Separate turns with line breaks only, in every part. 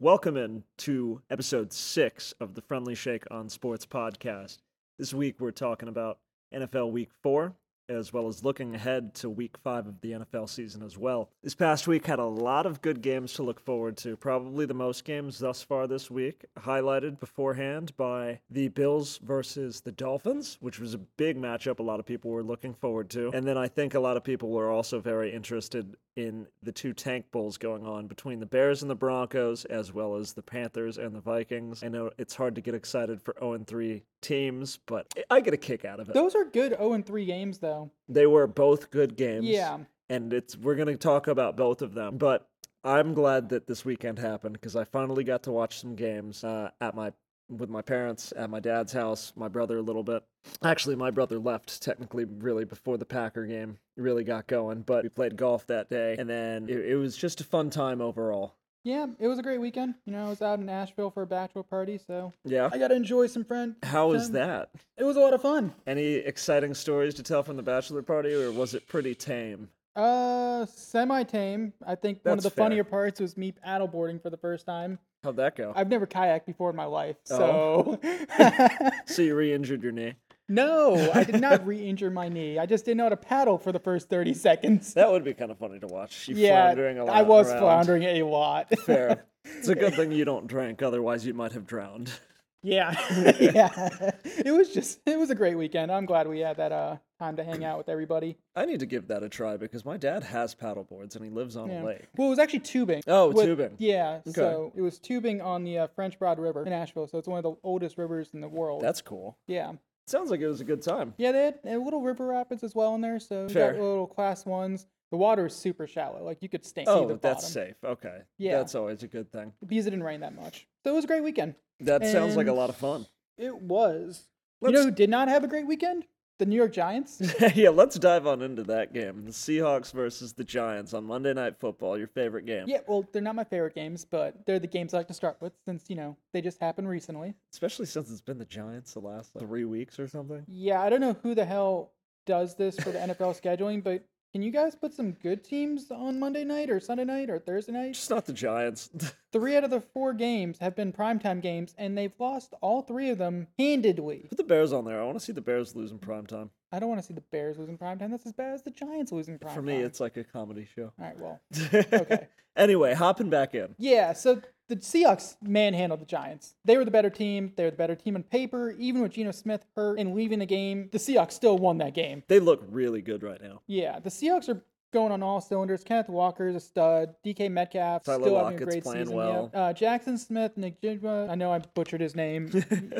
Welcome in to episode six of the Friendly Shake on Sports podcast. This week we're talking about NFL Week Four, as well as looking ahead to Week Five of the NFL season as well. This past week had a lot of good games to look forward to. Probably the most games thus far this week, highlighted beforehand by the Bills versus the Dolphins, which was a big matchup. A lot of people were looking forward to, and then I think a lot of people were also very interested in the two tank bowls going on between the Bears and the Broncos, as well as the Panthers and the Vikings. I know it's hard to get excited for 0 3 teams, but I get a kick out of it.
Those are good 0 3 games, though.
They were both good games.
Yeah.
And it's we're going to talk about both of them, but I'm glad that this weekend happened because I finally got to watch some games uh, at my with my parents at my dad's house, my brother a little bit. Actually, my brother left technically really before the Packer game really got going, but we played golf that day and then it, it was just a fun time overall.
Yeah, it was a great weekend. You know, I was out in Nashville for a bachelor party, so
Yeah.
I got to enjoy some friend.
How is
time.
that?
It was a lot of fun.
Any exciting stories to tell from the bachelor party or was it pretty tame?
Uh, semi tame. I think one of
That's
the
fair.
funnier parts was me paddleboarding for the first time.
How'd that go?
I've never kayaked before in my life,
Oh.
so
so you re-injured your knee.
no, I did not re-injure my knee. I just didn't know how to paddle for the first thirty seconds.
That would be kind of funny to watch. You
yeah,
floundering a lot.
I was
around.
floundering a lot.
Fair. It's a good thing you don't drink, otherwise you might have drowned.
Yeah, yeah. It was just it was a great weekend. I'm glad we had that uh time to hang out with everybody.
I need to give that a try because my dad has paddle boards and he lives on
Yeah.
a lake.
Well, it was actually tubing.
Oh,
With-
tubing.
Yeah. So it was tubing on the uh, French Broad River in Nashville. So it's one of the oldest rivers in the world.
That's cool.
yeah.
Sounds like it was a good time.
Yeah, they had a little river rapids as well in there. So you
Fair.
got little class ones. The water is super shallow. Like you could stay see
Oh,
the
that's
bottom
safe. Okay.
Yeah.
That's always a good thing.
because it didn't rain that much. So it was a great weekend.
That sounds like a
And-
lot of fun.
It was. you
Let's-
know who did not have a great weekend? The New York Giants.
yeah, let's dive on into that game. The Seahawks versus the Giants on Monday Night Football, your favorite game.
Yeah, well, they're not my favorite games, but they're the games I like to start with since, you know, they just happened recently.
Especially since it's been the Giants the last like, three weeks or something.
Yeah, I don't know who the hell does this for the NFL scheduling, but can you guys put some good teams on Monday night or Sunday night or Thursday night?
Just not the Giants.
Three out of the four games have been primetime games, and they've lost all three of them handedly.
Put the Bears on there. I want to see the Bears lose in prime time.
I don't want to see the Bears losing primetime. That's as bad as the Giants losing primetime.
For me, it's like a comedy show.
All right, well.
okay. Anyway, hopping back in.
Yeah, so the Seahawks manhandled the Giants. They were the better team. They were the better team on paper. Even with Geno Smith hurt and leaving the game, the Seahawks still won that game.
They look really good right now.
Yeah, the Seahawks are going on all cylinders. Kenneth Walker is a stud. DK Metcalf
Tyler
still having
Lockett's
a great
playing
season.
well.
yeah. Uh, Jackson Smith, Nick Jigba. I know I butchered his name.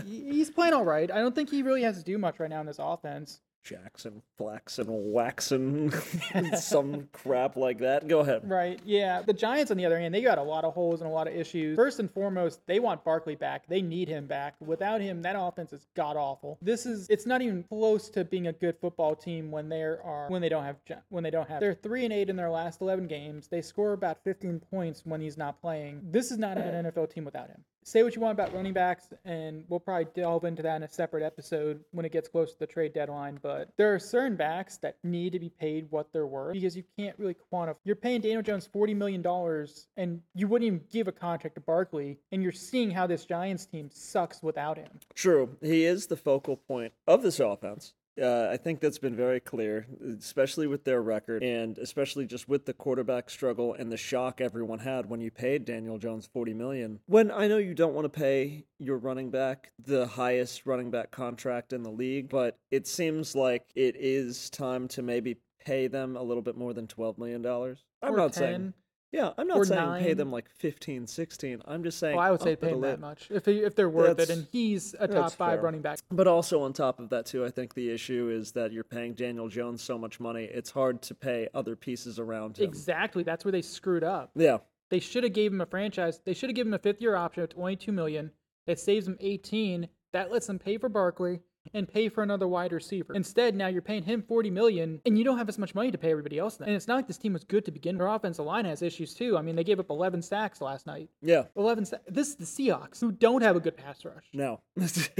He- He's playing all right. I don't think he really has to do much right now in this offense.
Jackson, Flaxen, Waxen, some crap like that. Go ahead.
Right. Yeah. The Giants, on the other hand, they got a lot of holes and a lot of issues. First and foremost, they want Barkley back. They need him back. Without him, that offense is god awful. This is it's not even close to being a good football team when they are when they don't have Gi- when they don't have. They're three and eight in their last eleven games. They score about fifteen points when he's not playing. This is not an NFL team without him. Say what you want about running backs, and we'll probably delve into that in a separate episode when it gets close to the trade deadline. But there are certain backs that need to be paid what they're worth because you can't really quantify. You're paying Daniel Jones $40 million, and you wouldn't even give a contract to Barkley, and you're seeing how this Giants team sucks without him.
True. He is the focal point of this offense. Uh, I think that's been very clear, especially with their record and especially just with the quarterback struggle and the shock everyone had when you paid Daniel Jones 40 million. When I know you don't want to pay your running back the highest running back contract in the league, but it seems like it is time to maybe pay them a little bit more than 12 million dollars. I'm
Or
not
10.
saying yeah, I'm not
or
saying pay
nine.
them like 15, 16. I'm just saying
Well, I would
up
say
it
pay
a
him that
lit-
much if, he, if they're worth it,
That's-
and he's a top
that's
five
fair.
running back.
But also on top of that too, I think the issue is that you're paying Daniel Jones so much money, it's hard to pay other pieces around him.
Exactly. That's where they screwed up.
yeah.
They should have gave him a franchise. They should have given him a fifth year option of 22 million. That saves him 18. That lets them pay for Barkley and pay for another wide receiver. Instead, now you're paying him 40 million and you don't have as much money to pay everybody else. Then. And it's not like this team was good to begin. Their offensive line has issues too. I mean, they gave up 11 sacks last night.
Yeah.
11 sa- This is the Seahawks who don't have a good pass rush.
No.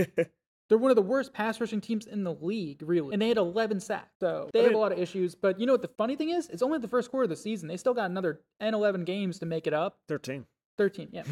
They're one of the worst pass rushing teams in the league, really. And they had 11 sacks. So they have a
mean-
lot of issues. But you know what the funny thing is? It's only the first quarter of the season. They still got another 10, 11 games to make it up.
Thirteen.
13, yeah.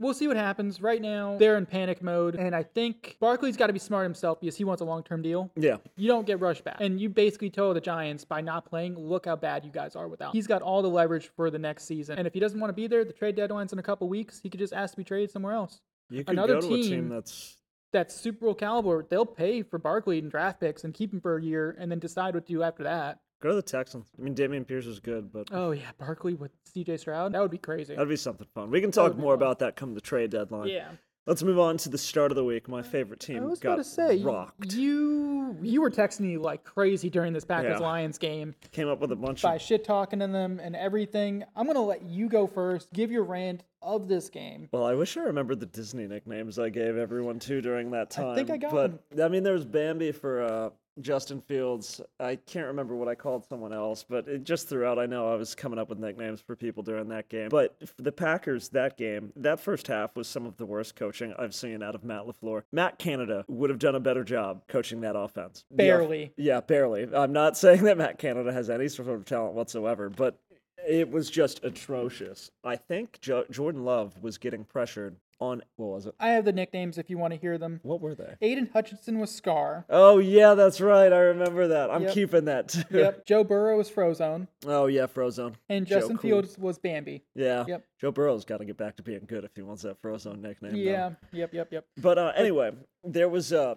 We'll see what happens. Right now, they're in panic mode, and I think Barkley's got to be smart himself because he wants a long term deal.
yeah.
You don't get rushed back. And you basically told the Giants by not playing, look how bad you guys are without. He's got all the leverage for the next season. And if he doesn't want to be there, the trade deadline's in a couple weeks. He could just ask to be traded somewhere else.
You could
Another
go to a team
team-
that's
That's Super Bowl caliber. They'll pay for Barkley and draft picks and keep him for a year and then decide what to do after that.
go to the Texans. I mean, Damian Pierce is good, but
Oh, yeah, Barkley with CJ Stroud. That would be crazy.
that'd be something fun. We can talk
would be
more
fun.
about that come the trade deadline.
Yeah.
Let's move on to the start of the week. My favorite team
I was
got
about to say, y-
rocked.
you you were texting me like crazy during this
Yeah.
Packers Lions game
Came up with a bunch
by
of
shit talking to them and everything. I'm gonna let you go first. Give your rant of this game.
Well, I wish I remembered the Disney nicknames I gave everyone too during that time.
I think I got
but I mean, there was Bambi for uh, Justin Fields. I can't remember what I called someone else, but it, just throughout, I know I was coming up with nicknames for people during that game. But for the Packers, that game, that first half was some of the worst coaching I've seen out of Matt Lafleur. Matt Canada would have done a better job coaching that offense. The off-
Barely.
yeah, barely. I'm not saying that Matt Canada has any sort of talent whatsoever, but it was just atrocious. I think jo- Jordan Love was getting pressured on. What was it?
I have the nicknames if you want to hear them.
What were they?
Aiden Hutchinson was Scar.
Oh yeah, that's right. I remember that. I'm
Yep.
keeping that too.
Yep. Joe Burrow was Frozone,
Oh yeah, Frozone.
and
Joe
Justin
Cool.
Fields was Bambi.
Yeah.
Yep.
Joe Burrow's got to get back to being good if he wants that Frozone nickname. though.
Yeah. Yep. Yep. Yep.
But uh, anyway, there was uh,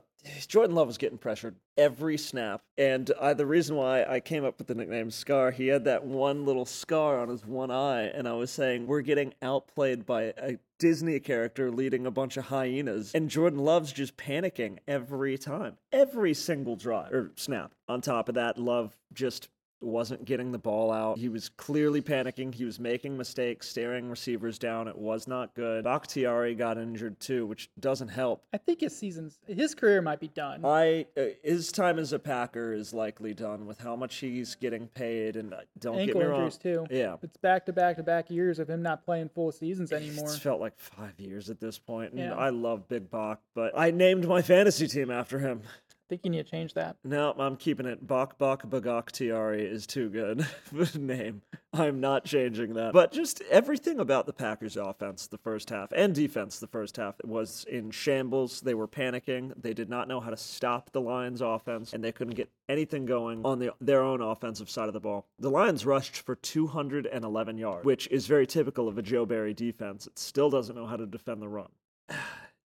Jordan Love was getting pressured every snap, and I, the reason why I came up with the nickname Scar, he had that one little scar on his one eye, and I was saying we're getting outplayed by a Disney character leading a bunch of hyenas, and Jordan Love's just panicking every time, every single drive or snap. On top of that, Love just wasn't getting the ball out. He was clearly panicking. He was making mistakes, staring receivers down. It was not good. Bakhtiari got injured too, which doesn't help.
I think his season's his career might be done.
I uh, his time as a Packer is likely done with how much he's getting paid, and uh, don't get
Ankle
me wrong.
injuries too.
Yeah,
It's back to back to back years of him not playing full seasons anymore.
It's felt like five years at this point, and
Yeah.
I love Big Bach, but I named my fantasy team after him.
I think you need to change that.
No, I'm keeping it. Bok Bok Bagok Tiari is too good of a name. I'm not changing that. But just everything about the Packers offense the first half and defense the first half was in shambles. They were panicking. They did not know how to stop the Lions offense and they couldn't get anything going on the, their own offensive side of the ball. The Lions rushed for 211 yards, which is very typical of a Joe Barry defense. It still doesn't know how to defend the run.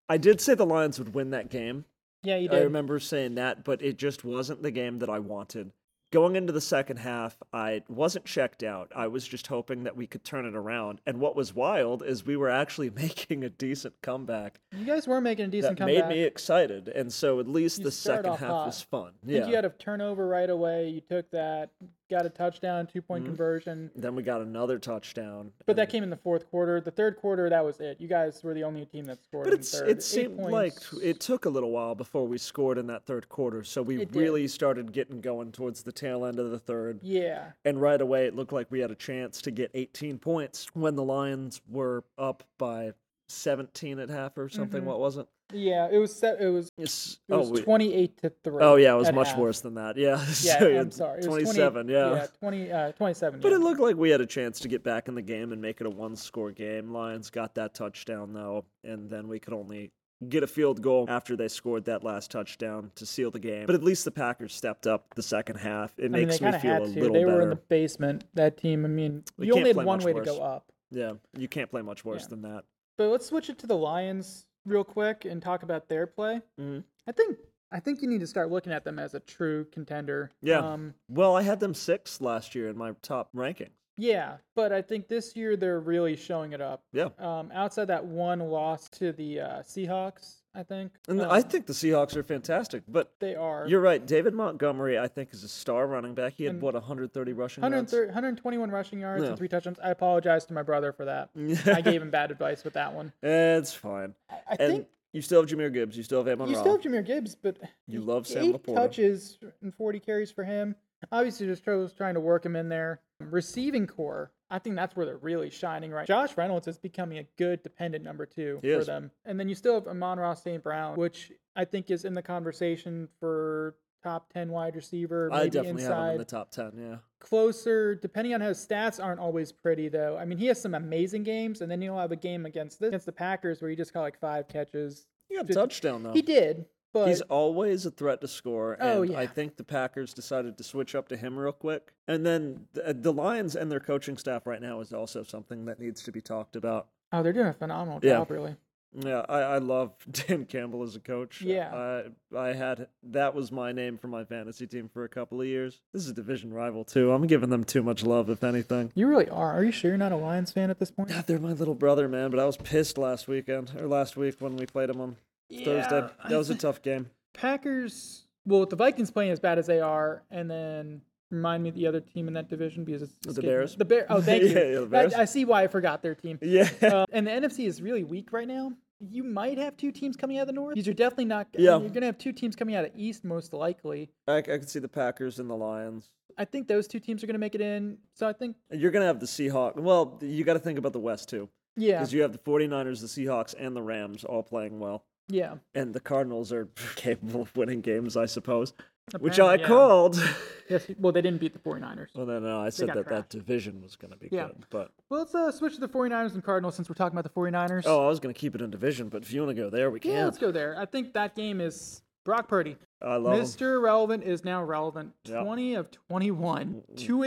I did say the Lions would win that game.
Yeah, you
I
did.
remember saying that, but it just wasn't the game that I wanted. Going into the second half, I wasn't checked out. I was just hoping that we could turn it around. And what was wild is we were actually making a decent comeback
You guys were making a decent
that
comeback.
made me excited. And so at least
You
the
started
second
off
half
hot.
was fun.
I think
Yeah.
you had a turnover right away. You took that, got a touchdown, two
Mm-hmm.
point conversion.
then we got another touchdown.
But that came in the fourth quarter. The third quarter, that was it. You guys were the only team that scored.
But
in the
it's,
third.
it
Eight
seemed
points.
like it took a little while before we scored in that third quarter. So we
It did.
really started getting going towards the tail end of the third.
Yeah,
And right away, it looked like we had a chance to get 18 points when the Lions were up by 17 at half or something. What was it?
yeah. It was set. It was.
It's,
Mm-hmm. It was
oh, we-
twenty eight to three.
oh, yeah, it was
at
much
half.
worse than that. Yeah.
Yeah,
so,
I'm sorry. It was 28
27, yeah.
yeah, twenty. Uh, twenty seven.
But
yeah.
it looked like we had a chance to get back in the game and make it a one score game. Lions got that touchdown, though, and then we could only get a field goal after they scored that last touchdown to seal the game. But at least the Packers stepped up the second half. It
I mean, they
makes
kind
me
of
feel a
had to.
little
They
better.
were in the basement. That team. I mean,
We
you only
can't
had
play
one
much
way to
worse.
go up.
Yeah, you can't play much worse
Yeah.
than that.
But let's switch it to the Lions real quick and talk about their play.
Mhm.
I think I think you need to start looking at them as a true contender.
Yeah.
Um,
Well, I had them sixth last year in my top ranking.
yeah, but I think this year they're really showing it up.
Yeah.
Um, outside that one loss to the uh, Seahawks, I think.
And
um,
I think the Seahawks are fantastic, but
they are.
you're right. David Montgomery, I think, is a star running back. He had, what, 130 rushing yards?
130 121 rushing yards
Yeah.
and three touchdowns. I apologize to my brother for that. I gave him bad advice with that one.
It's fine.
I, I
And
think
you still have Jameer Gibbs. You still have Amon
You
Ra.
still have Jameer Gibbs, but
You
he-
love Sam
eight
Laporta.
touches and forty carries for him. Obviously, just Joe's trying to work him in there. Receiving core, I think that's where they're really shining right. Josh Reynolds is becoming a good dependent number two
He
for
is.
them, and then you still have Amon Ross St. Brown, which I think is in the conversation for top 10 wide receiver.
I
maybe
definitely
inside.
have him in the top ten. Yeah,
closer depending on how his stats aren't always pretty though i mean he has some amazing games and then he'll have a game against this against the packers where he just caught like five catches
he got a
Fifty-
touchdown though.
he did but
Um, He's always a threat to score, and
Oh,
I
yeah.
think the Packers decided to switch up to him real quick. And then the, the Lions and their coaching staff right now is also something that needs to be talked about.
oh they're doing a phenomenal
Yeah.
job really
Yeah, I, I love Dan Campbell as a coach.
Yeah.
I, I had that was my name for my fantasy team for a couple of years. This is a division rival too. I'm giving them too much love, if anything.
you really are are you sure you're not a lions fan at this point
God, they're my little brother, man. But I was pissed last weekend or last week when we played them on Thursday.
Yeah, I
That was a
thi-
tough game.
packers well with the vikings playing as bad as they are and then remind me of the other team in that division because it's escaping-
Bears?
the bear oh thank you
Yeah, yeah, the Bears.
I, I see why i forgot their team
Yeah.
Uh, and the NFC is really weak right now. You might have two teams coming out of the North. You're definitely not. I mean,
Yeah.
you're going to have two teams coming out of the East most likely.
I, I could see the Packers and the Lions.
I think those two teams are going to make it in. So I think,
You're going to have the Seahawks. Well, you got to think about the West, too,
yeah,
because you have the 49ers, the Seahawks, and the Rams all playing well.
yeah.
And the Cardinals are capable of winning games, I suppose, which I
Apparently, yeah.
called.
Yes. Well, they didn't beat the 49ers.
well, no, no, I said
got
that that
crashed.
division was going to be
Yeah.
good. But,
Well, let's uh, switch to the 49ers and Cardinals since we're talking about the 49ers.
oh, I was going to keep it in division, but if you want to go there, we
yeah,
can.
Let's go there. I think that game is Brock Purdy.
I love 'em.
Mr. Relevant is now relevant.
Yep.
20 of 21,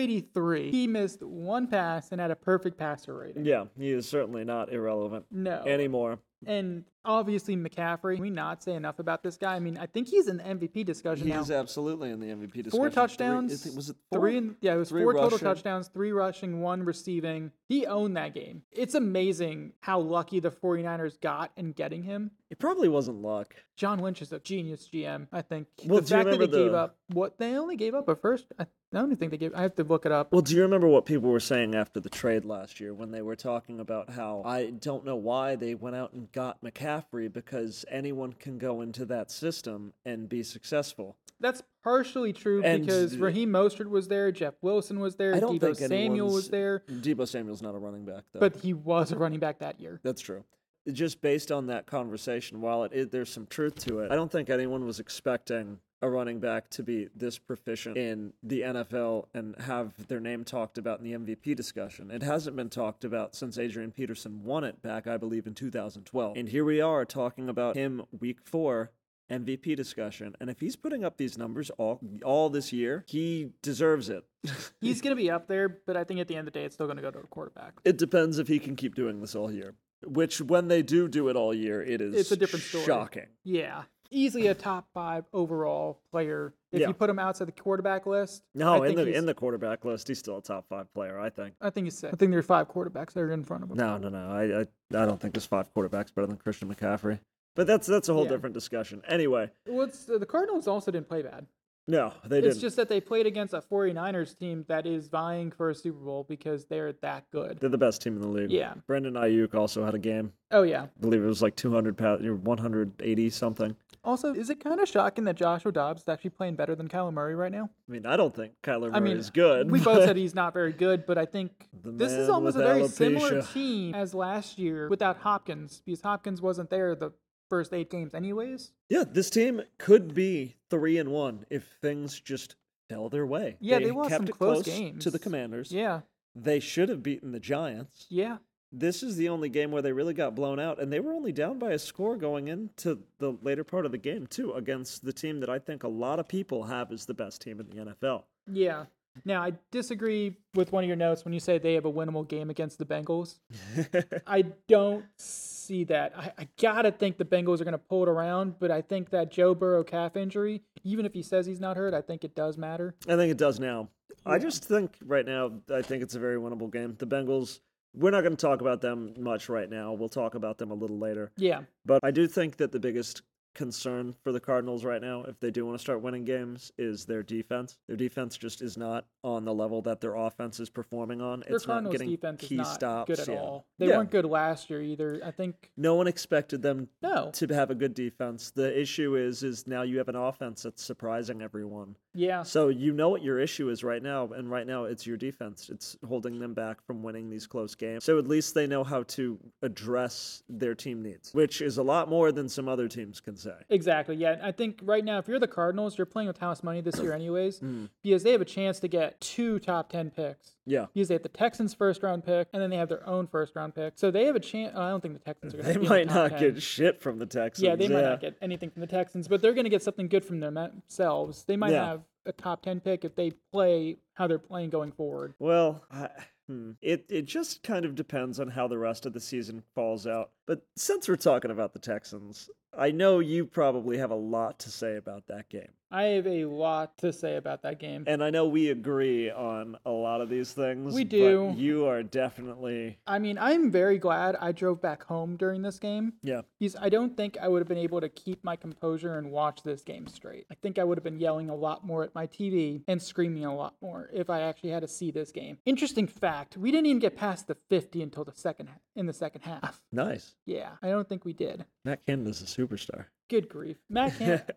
283. He missed one pass and had a perfect passer rating.
Yeah, he is certainly not irrelevant
No.
anymore.
And obviously McCaffrey, we not say enough about this guy. I mean, I think he's in the MVP discussion
He
now.
is absolutely in the MVP discussion.
Four
Three-
touchdowns,
is it- was it
three
four?
and yeah, it was
Three
four total
rushing.
touchdowns, three rushing, one receiving. He owned that game. It's amazing how lucky the 49ers got in getting him.
It probably wasn't luck.
John Lynch is a genius GM, I think.
Well,
the
do you
fact that they
remember
gave
the-
up what they only gave up a first I don't think they gave I have to look it up.
Well, do you remember what people were saying after the trade last year when they were talking about how I don't know why they went out and got McCaffrey because anyone can go into that system and be successful.
That's partially true
And
because
the-
Raheem Mostert was there, Jeff Wilson was there,
I don't think
Debo Samuel
anyone's-
was there,
Debo Samuel's not a running back though.
but he was a running back that year.
that's true. Just based on that conversation, while it is, there's some truth to it, I don't think anyone was expecting a running back to be this proficient in the NFL and have their name talked about in the MVP discussion. It hasn't been talked about since Adrian Peterson won it back, I believe, in 2012. And here we are talking about him week four. MVP discussion, and if he's putting up these numbers all all this year, he deserves it.
He's going to be up there, but I think at the end of the day, it's still going to go to a quarterback.
It depends if he can keep doing this all year. Which, when they do do it all year, it is
It's a different story.
shocking.
Yeah. Easily a top five overall player. If
Yeah.
you put him outside the quarterback list,
No,
I
in
think
the
he's-
in the quarterback list, he's still a top five player, I think.
I think he's sick. I think there are five quarterbacks that are in front of him.
No, no, no. I I, I don't think there's five quarterbacks better than Christian McCaffrey. But that's that's a whole
Yeah.
different discussion. Anyway,
Well, it's, uh, the Cardinals also didn't play bad.
no, they
It's
didn't.
just that they played against a 49ers team that is vying for a Super Bowl because they're that good.
They're the best team in the league.
Yeah.
Brandon Ayuk also had a game.
Oh, yeah.
I believe it was like 200 pass, or 180 something.
Also, is it kind of shocking that Joshua Dobbs is actually playing better than Kyler Murray right now?
I mean, I don't think Kyler Murray
I mean,
is good.
We both
but-
said he's not very good, but I think
The
this is
man
almost a
with
very similar
alopecia.
team as last year without Hopkins, because Hopkins wasn't there the first eight games, anyways.
Yeah, this team could be three and one if things just fell their way.
Yeah, they lost
kept
some
it
close
to the
games.
Commanders.
Yeah,
They should have beaten the Giants.
yeah.
This is the only game where they really got blown out, and they were only down by a score going into the later part of the game too, against the team that I think a lot of people have is the best team in the NFL.
Yeah. Now, I disagree with one of your notes when you say they have a winnable game against the Bengals. I don't see that. I, I got to think the Bengals are going to pull it around, but I think that Joe Burrow calf injury, even if he says he's not hurt, I think it does matter.
I think it does now. I just think right now, I think it's a very winnable game. The Bengals. We're not going to talk about them much right now. We'll talk about them a little later.
Yeah.
But I do think that the biggest concern for the Cardinals right now, if they do want to start winning games, is their defense. Their defense just is not on the level that their offense is performing on.
Their
it's not
Cardinals
getting
defense
key
is not
stops.
good at
yeah.
all. They
Yeah.
weren't good last year either. I think
No one expected them
no.
to have a good defense. The issue is, is now you have an offense that's surprising everyone.
Yeah.
So you know what your issue is right now, and right now it's your defense. It's holding them back from winning these close games. So at least they know how to address their team needs, which is a lot more than some other teams can say.
Exactly. Yeah. I think right now, if you're the Cardinals, you're playing with house money this year, anyways,
Mm.
because they have a chance to get two top 10 picks.
Yeah.
Because they have the Texans' first round pick, and then they have their own first round pick. So they have a chance. I don't think the Texans are going
They
to be
might
in the top
not
10.
get shit from the Texans.
Yeah, they might not get anything from the Texans, but they're going to get something good from them themselves. They might
Yeah.
have a top 10 pick if they play how they're playing going forward.
Well, I, hmm. it it just kind of depends on how the rest of the season falls out. But since we're talking about the Texans, I know you probably have a lot to say about that game,
I have a lot to say about that game.
and I know we agree on a lot of these things.
We
but
do.
you are definitely
I mean, I'm very glad I drove back home during this game.
yeah.
Because I don't think I would have been able to keep my composure and watch this game straight. I think I would have been yelling a lot more at my TV and screaming a lot more if I actually had to see this game. Interesting fact, we didn't even get past the 50 until the second in the second half.
Nice.
Yeah, I don't think we did.
Matt Canada's a superstar.
Good grief. Matt Canada.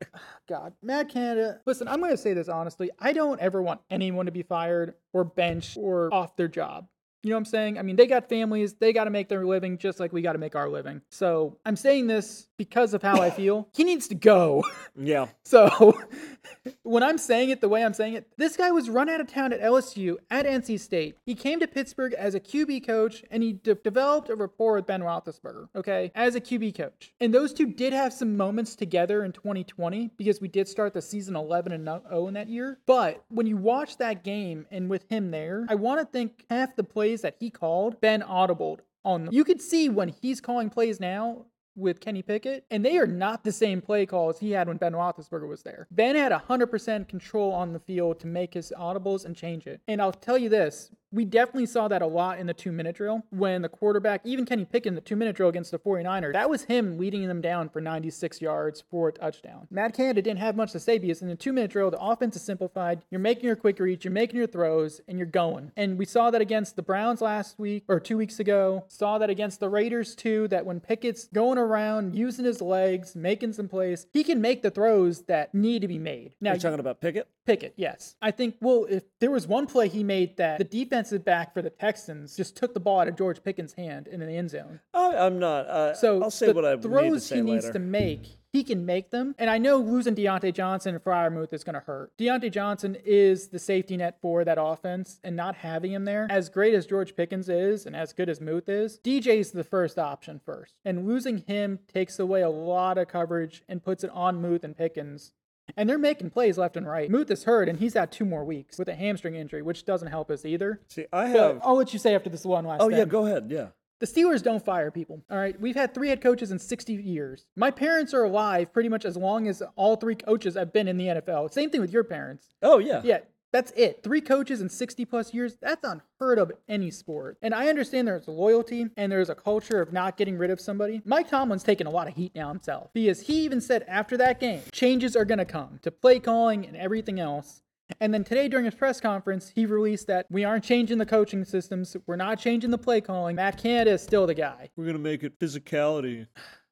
God. Matt Canada. Listen, I'm going to say this honestly. I don't ever want anyone to be fired or benched or off their job. You know what I'm saying? I mean, they got families. They got to make their living just like we got to make our living. So I'm saying this because of how I feel. He needs to go.
Yeah.
So when I'm saying it the way I'm saying it, this guy was run out of town at LSU at NC State. He came to Pittsburgh as a QB coach and he de- developed a rapport with Ben Roethlisberger, okay, as a QB coach. And those two did have some moments together in 2020 because we did start the season 11 and 0 in that year. But when you watch that game and with him there, I want to think half the plays that he called, Ben audibled on them. You could see when he's calling plays now, with Kenny Pickett, and they are not the same play calls he had when Ben Roethlisberger was there. Ben had 100% control on the field to make his audibles and change it. And I'll tell you this, we definitely saw that a lot in the two minute drill when the quarterback, even Kenny Pickett in the two minute drill against the 49ers, that was him leading them down for 96 yards for a touchdown. Matt Canada didn't have much to say because in the two minute drill, the offense is simplified. You're making your quick reads, you're making your throws, and you're going. And we saw that against the Browns last week or two weeks ago, saw that against the Raiders too, that when Pickett's going around, using his legs, making some plays, he can make the throws that need to be made. Now,
You're talking about Pickett?
Pickett, yes. I think, well, if there was one play he made that the defensive back for the Texans just took the ball out of George Pickens' hand in the end zone.
I, I'm not. Uh,
So
I'll say
the
what I
throws
need to say
he
later.
needs to make, he can make them. And I know losing Deontay Johnson and Fryermuth is going to hurt. Deontay Johnson is the safety net for that offense, and not having him there, as great as George Pickens is and as good as Muth is, DJ's the first option first. And losing him takes away a lot of coverage and puts it on Muth and Pickens. And they're making plays left and right. Muth is hurt, and he's out two more weeks with a hamstring injury, which doesn't help us either.
See, I
But
have.
I'll let you say after this one last
oh
thing.
yeah, go ahead. Yeah.
The Steelers don't fire people. All right. We've had three head coaches in 60 years. My parents are alive pretty much as long as all three coaches have been in the NFL. Same thing with your parents.
Oh yeah.
Yeah. That's it. Three coaches in 60 plus years. That's unheard of in any sport. And I understand there's loyalty and there's a culture of not getting rid of somebody. Mike Tomlin's taking a lot of heat now himself because he even said after that game, changes are going to come to play calling and everything else. And then today during his press conference, he released that we aren't changing the coaching systems. We're not changing the play calling. Matt Canada is still the guy.
We're gonna make it physicality.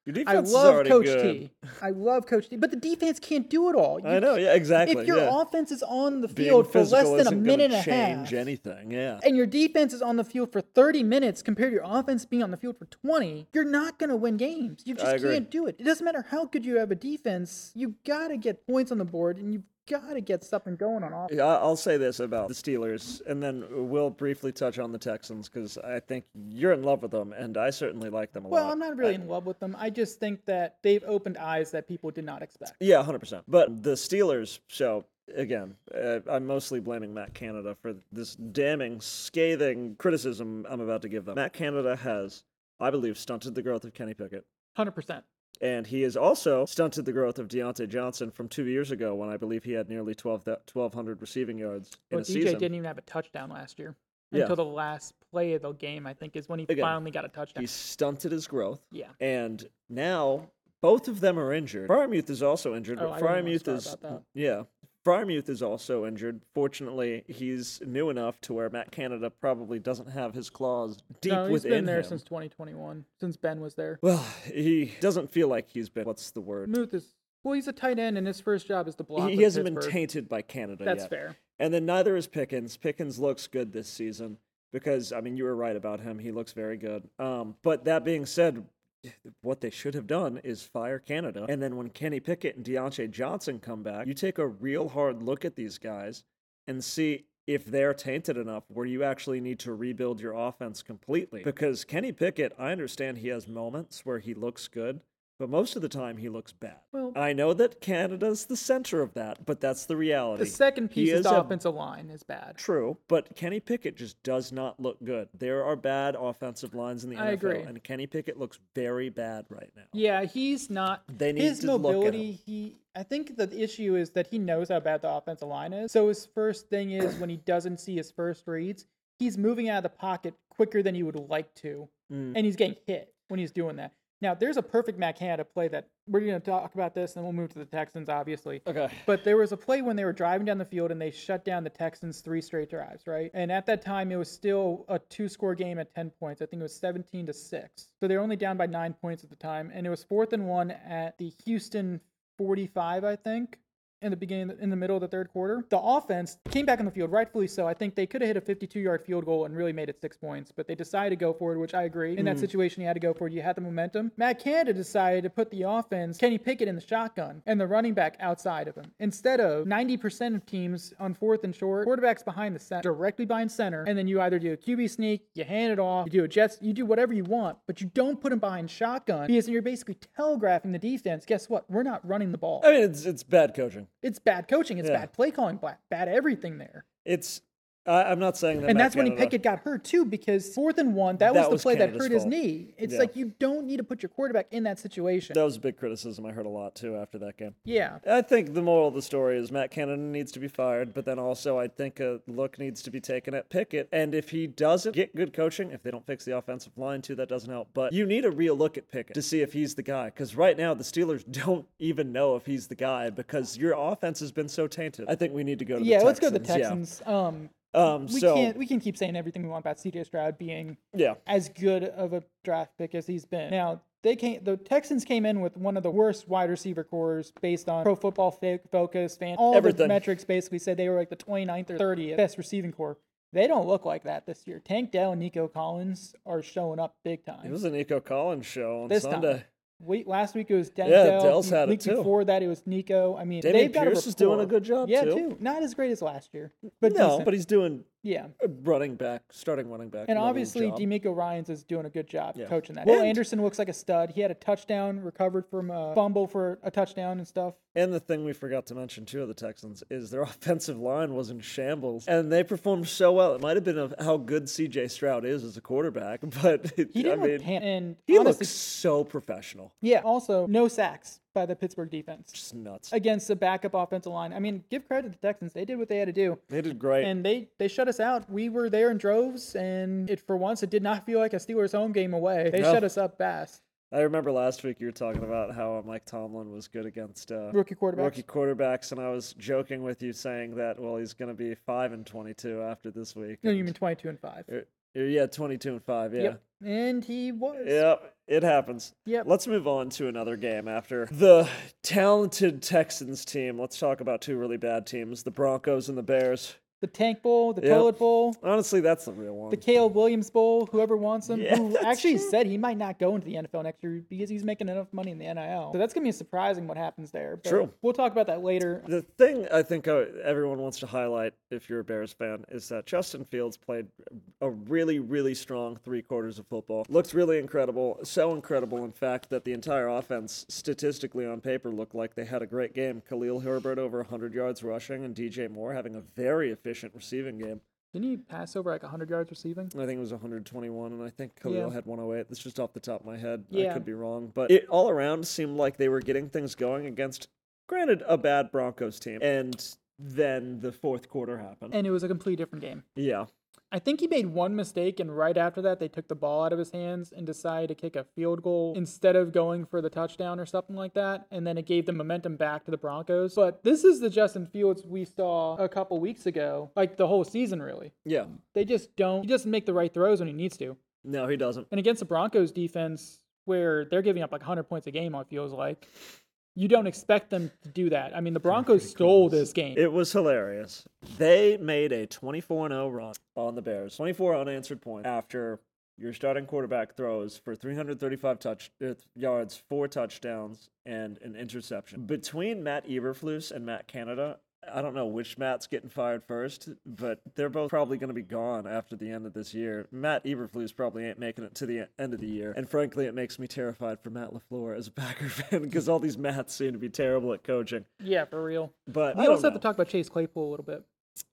Your
I
defense is
love
already
Coach
good.
T. I love Coach T. But the defense can't do it all. You
I know. Yeah. Exactly.
if your
yeah.
offense is on the
Being
field for less
physical
than a
isn't gonna
minute and a
change
half,
anything. Yeah.
and your defense is on the field for 30 minutes compared to your offense being on the field for 20, you're not going to win games. You
I
just
agree.
can't do it. It doesn't matter how good you have a defense, you got to get points on the board and you've got to get something going on offense.
Yeah, I- I'll say this about the Steelers, and then we'll briefly touch on the Texans because I think you're in love with them, and I certainly like them a lot.
Well, I'm not really in love with them. I just think that they've opened eyes that people did not expect.
Yeah, hundred percent. But the Steelers, so again, uh, I'm mostly blaming Matt Canada for this damning, scathing criticism I'm about to give them. Matt Canada has, I believe, stunted the growth of Kenny Pickett.
100%.
And he has also stunted the growth of Deontay Johnson from two years ago when I believe he had nearly 12, th- 1,200 receiving yards in
Well,
a
DJ
season.
didn't even have a touchdown last year
Yeah.
until the last play of the game, I think, is when he
Again,
finally got a touchdown.
He stunted his growth.
Yeah.
And now both of them are injured. Fryermuth is also injured,
Oh,
but
I didn't want to
Fryermuth
start
is
about that.
yeah. Fryermuth is also injured. Fortunately, he's new enough to where Matt Canada probably doesn't have his claws deep
No, he's
within
been there
him.
since 2021, since Ben was there.
well, he doesn't feel like he's been. What's the word?
Muth is well, he's a tight end, and his first job is to block.
He, he
with
hasn't been
Pittsburgh.
tainted by Canada
That's
yet.
fair.
And then neither is Pickens. Pickens looks good this season because I mean you were right about him. He looks very good. Um, but that being said, what they should have done is fire Canada. And then when Kenny Pickett and Deontay Johnson come back, you take a real hard look at these guys and see if they're tainted enough where you actually need to rebuild your offense completely. Because Kenny Pickett, I understand he has moments where he looks good, but most of the time he looks bad.
Well-
I know that Canada's the center of that, but that's the reality.
The second
He
piece is
is
the
a-
offensive line is bad.
True, but Kenny Pickett just does not look good. There are bad offensive lines in the
I
NFL,
agree.
and Kenny Pickett looks very bad right now.
Yeah, he's not.
They need
his
to look at
mobility.
him.
He, I think the issue is that he knows how bad the offensive line is. So his first thing is when he doesn't see his first reads, he's moving out of the pocket quicker than he would like to,
Mm.
and he's getting hit when he's doing that. Now, there's a perfect Matt Canada play that we're going to talk about this, and we'll move to the Texans, obviously.
Okay.
But there was a play when they were driving down the field and they shut down the Texans three straight drives, right? And at that time, it was still a two score game at 10 points. I think it was 17 to 6. So they're only down by nine points at the time. And it was fourth and one at the Houston 45, I think. In the beginning, in the middle of the third quarter, the offense came back on the field, rightfully so. I think they could have hit a 52 yard field goal and really made it six points, but they decided to go for it, which I agree. In that situation, you had to go for it. You had the momentum. Matt Canada decided to put the offense, Kenny Pickett, in the shotgun and the running back outside of him. Instead of 90% of teams on fourth and short, quarterbacks behind the center, directly behind center, and then you either do a QB sneak, you hand it off, you do a Jets, you do whatever you want, but you don't put him behind shotgun because you're basically telegraphing the defense. Guess what? We're not running the ball.
I mean, it's it's bad coaching.
It's bad coaching. It's
Yeah.
bad play calling. Bad, bad everything there.
It's I, I'm not saying that,
And
Matt
that's when he
Canada-
Pickett got hurt too, because fourth and one, that, was
That
the
was
play that
Canada's
hurt his
fault.
knee. It's
Yeah.
like you don't need to put your quarterback in that situation.
That was a big criticism I heard a lot too after that game.
yeah.
I think the moral of the story is Matt Canada needs to be fired, but then also I think a look needs to be taken at Pickett. And if he doesn't get good coaching, if they don't fix the offensive line too, that doesn't help. But you need a real look at Pickett to see if he's the guy. Because right now the Steelers don't even know if he's the guy because your offense has been so tainted. I think we need to go to
Yeah,
the
let's go
Texans.
to the Texans. Um,
Yeah. Um,
we
so
can't we can keep saying everything we want about CJ Stroud being
yeah,
as good of a draft pick as he's been. Now they came the Texans came in with one of the worst wide receiver cores based on Pro Football Fa- Focus, fan all the
Everything.
metrics basically said they were like the 29th or 30th best receiving core. They don't look like that this year. Tank Dell and Nico Collins are showing up big time.
it was an Nico Collins show on
this
Sunday.
time. Wait, last week it was Denzel.
Yeah, Dell's had it
week
too.
Before that, it was Nico. I mean,
Damian
they've got
Pierce
a
is doing a
rapport.
good job,
yeah,
too.
Not as great as last year, but
No,
decent.
but he's doing
yeah.
running back, starting running back,
And
level
obviously,
job.
D'Amico Ryan's is doing a good job
Yeah.
coaching that.
Well,
Will
and-
Anderson looks like a stud. He had a touchdown, recovered from a fumble for a touchdown and stuff.
And the thing we forgot to mention too of the Texans is their offensive line was in shambles, and they performed so well. It might have been of how good C.J. Stroud is as a quarterback, but it,
He
I
didn't
mean,
look pan- and
he
honestly,
looks so professional.
yeah. Also, no sacks by the Pittsburgh defense
Just nuts.
against the backup offensive line. I mean, give credit to the Texans. They did what they had to do.
They did great.
and they they shut us out. We were there in droves, and it for once it did not feel like a Steelers home game away. They
No.
shut us up fast.
I remember last week you were talking about how um, Mike Tomlin was good against uh,
Rookie quarterbacks.
rookie quarterbacks, and I was joking with you saying that well he's going to be five and twenty-two after this week.
No, you
and-
mean twenty-two and five.
er, er, yeah, twenty-two and five. Yeah.
Yep. And he was.
Yep, it happens.
Yep.
Let's move on to another game after the talented Texans team. Let's talk about two really bad teams, the Broncos and the Bears.
The Tank Bowl, the
Yep.
Toilet Bowl,
Honestly, that's the real one.
the Caleb Williams Bowl. Whoever wants him,
Yeah,
who
that's
actually
true.
said he might not go into the NFL next year because he's making enough money in the NIL. So that's gonna be surprising what happens there. But
True.
We'll talk about that later.
the thing I think uh, everyone wants to highlight if you're a Bears fan is that Justin Fields played a really, really strong three quarters of football. Looked really incredible. So incredible, in fact, that the entire offense, statistically on paper, looked like they had a great game. Khalil Herbert over 100 yards rushing and DJ Moore having a very efficient receiving game.
Didn't he pass over like 100 yards receiving?
I think it was 121, and I think Khalil
Yeah.
had 108. That's just off the top of my head.
Yeah.
I could be wrong, but it all around seemed like they were getting things going against, granted, a bad Broncos team. And then the fourth quarter happened.
And it was a completely different game.
yeah,
I think he made one mistake, and right after that, they took the ball out of his hands and decided to kick a field goal instead of going for the touchdown or something like that. And then it gave the momentum back to the Broncos. But this is the Justin Fields we saw a couple weeks ago, like the whole season, really.
yeah.
They just don't, he doesn't make the right throws when he needs to.
No, he doesn't.
And against the Broncos defense, where they're giving up like 100 points a game, it feels like, you don't expect them to do that. I mean, the Broncos stole this game.
It was oh hilarious. They made a 24 0 run on the Bears, 24 unanswered points after Your starting quarterback throws for 335 touch uh, yards, four touchdowns, and an interception. Between Matt Eberflus and Matt Canada, I don't know which Matt's getting fired first, but they're both probably going to be gone after the end of this year. Matt Eberflus probably ain't making it to the end of the year, and frankly, it makes me terrified for Matt Lafleur as a Packer fan because all these Matts seem to be terrible at coaching.
Yeah, for real.
But
We
I don't
also have
know.
to talk about Chase Claypool a little bit.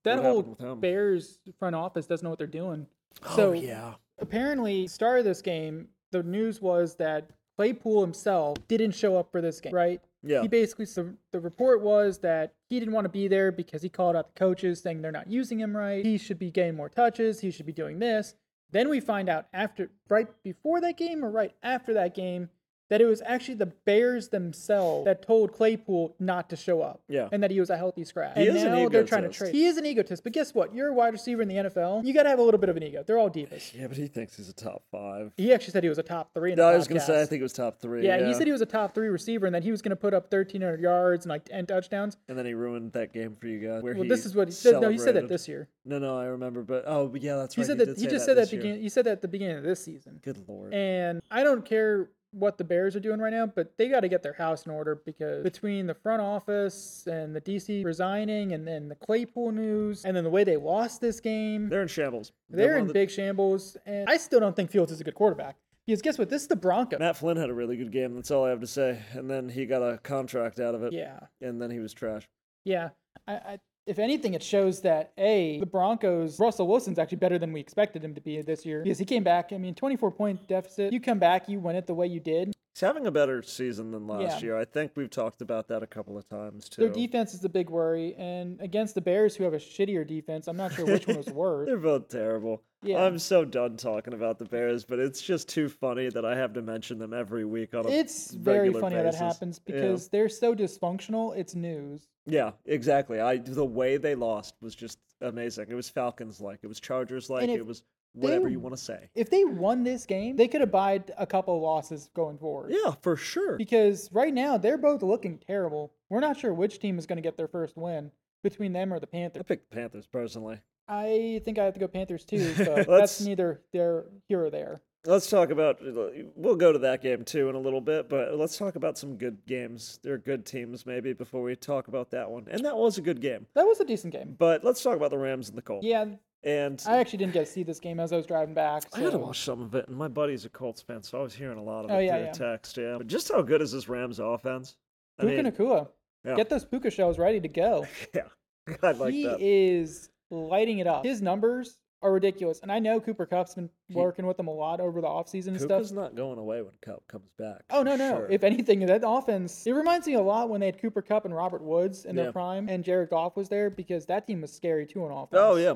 That
What
whole
happened with him?
Bears front office doesn't know what they're doing.
Oh,
So
yeah.
apparently, start of this game, the news was that Claypool himself didn't show up for this game, right?
Yeah.
He basically, so the report was that he didn't want to be there because he called out the coaches saying they're not using him right. He should be getting more touches. He should be doing this. Then we find out after, right before that game or right after that game, that it was actually the Bears themselves that told Claypool not to show up.
Yeah.
And that he was a healthy scratch.
He
and
is an
now they're trying to
egotist.
trade. He is an egotist, but guess what? You're a wide receiver in the NFL. You got to have a little bit of an ego. They're all divas.
Yeah, but he thinks he's a top five.
He actually said he was a top three. In the
No, I was going to say, I
podcast.
think it was top three.
Yeah, he said he was a top three receiver and that he was going to put up 1,300 yards and like 10 touchdowns.
And then he ruined that game for you guys. Where
Well,
he
this is what he said. No, he said
celebrated.
that this year.
No, no, I remember. But, oh, but yeah, that's
He
right.
said
did
that he
say
just said that
this year.
begin. He said that at the beginning of this season.
Good lord.
And I don't care what the Bears are doing right now, but they got to get their house in order because between the front office and the DC resigning, and then the Claypool news, and then the way they lost this game,
They're in shambles.
they're,
one
in
of the-
big shambles. And I still don't think Fields is a good quarterback. Because guess what? This is the Broncos.
Matt Flynn had a really good game. That's all I have to say. And then he got a contract out of it.
Yeah.
And then he was trash.
Yeah. I, I, if anything, it shows that A, the Broncos, Russell Wilson's actually better than we expected him to be this year because he came back. I mean, 24 point deficit. You come back, you win it the way you did.
He's having a better season than last
Yeah.
year. I think we've talked about that a couple of times too.
Their defense is the big worry. And against the Bears, who have a shittier defense, I'm not sure which one was worse.
They're both terrible.
Yeah.
I'm so done talking about the Bears, but it's just too funny that I have to mention them every week on a
It's very
regular
funny how that
basis.
happens
Yeah.
because they're so dysfunctional. It's news.
Yeah, exactly. I the way they lost was just amazing. It was Falcons like, it was Chargers like,
And if
it was whatever you want to say.
If they won this game, they could abide a couple of losses going forward.
Yeah, for sure.
because right now they're both looking terrible. We're not sure which team is going to get their first win between them or the
I
Panthers.
picked the Panthers personally.
I think I have to go Panthers too, but
Let's-
that's neither there here or there.
Let's talk about. uh, We'll go to that game too in a little bit, but let's talk about some good games. They're good teams, maybe before we talk about that one. And that was a good game.
That was a decent game.
But let's talk about the Rams and the Colts.
Yeah,
And
I actually didn't get to see this game as I was driving back.
I had to
so-
watch some of it, and my buddy's a Colts fan, so I was hearing a lot of it
Oh, yeah,
through
yeah.
text. Yeah, but just how good is this Rams offense? I
Puka
mean,
Nakua.
yeah.
Get those Puka shells ready to go.
yeah, I like
he
that.
is lighting it up. His numbers are ridiculous. And I know Cooper Cup's been working with them a lot over the offseason and stuff.
Puka's not going away when Cup comes back.
Oh
for
no, no.
sure.
If anything, that offense it reminds me a lot when they had Cooper Cup and Robert Woods in
Yeah.
their prime, and Jared Goff was there because that team was scary too on offense.
oh yeah,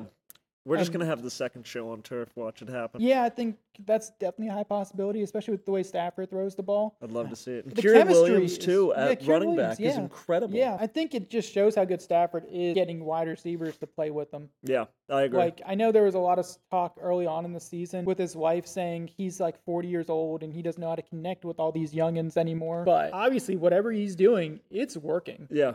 we're just
Um,
gonna have the second show on turf. Watch it happen.
yeah. I think that's definitely a high possibility, especially with the way Stafford throws the ball.
I'd love to see it. And
The
Kieran
chemistry
Williams
is-
too
yeah,
at
Kieran
running
Williams,
back is
yeah.
incredible.
Yeah, I think it just shows how good Stafford is getting wide receivers to play with them.
yeah, I agree.
Like I know there was a lot of talk early on in the season with his wife saying he's like 40 years old and he doesn't know how to connect with all these youngins anymore. But obviously, whatever he's doing, it's working.
yeah.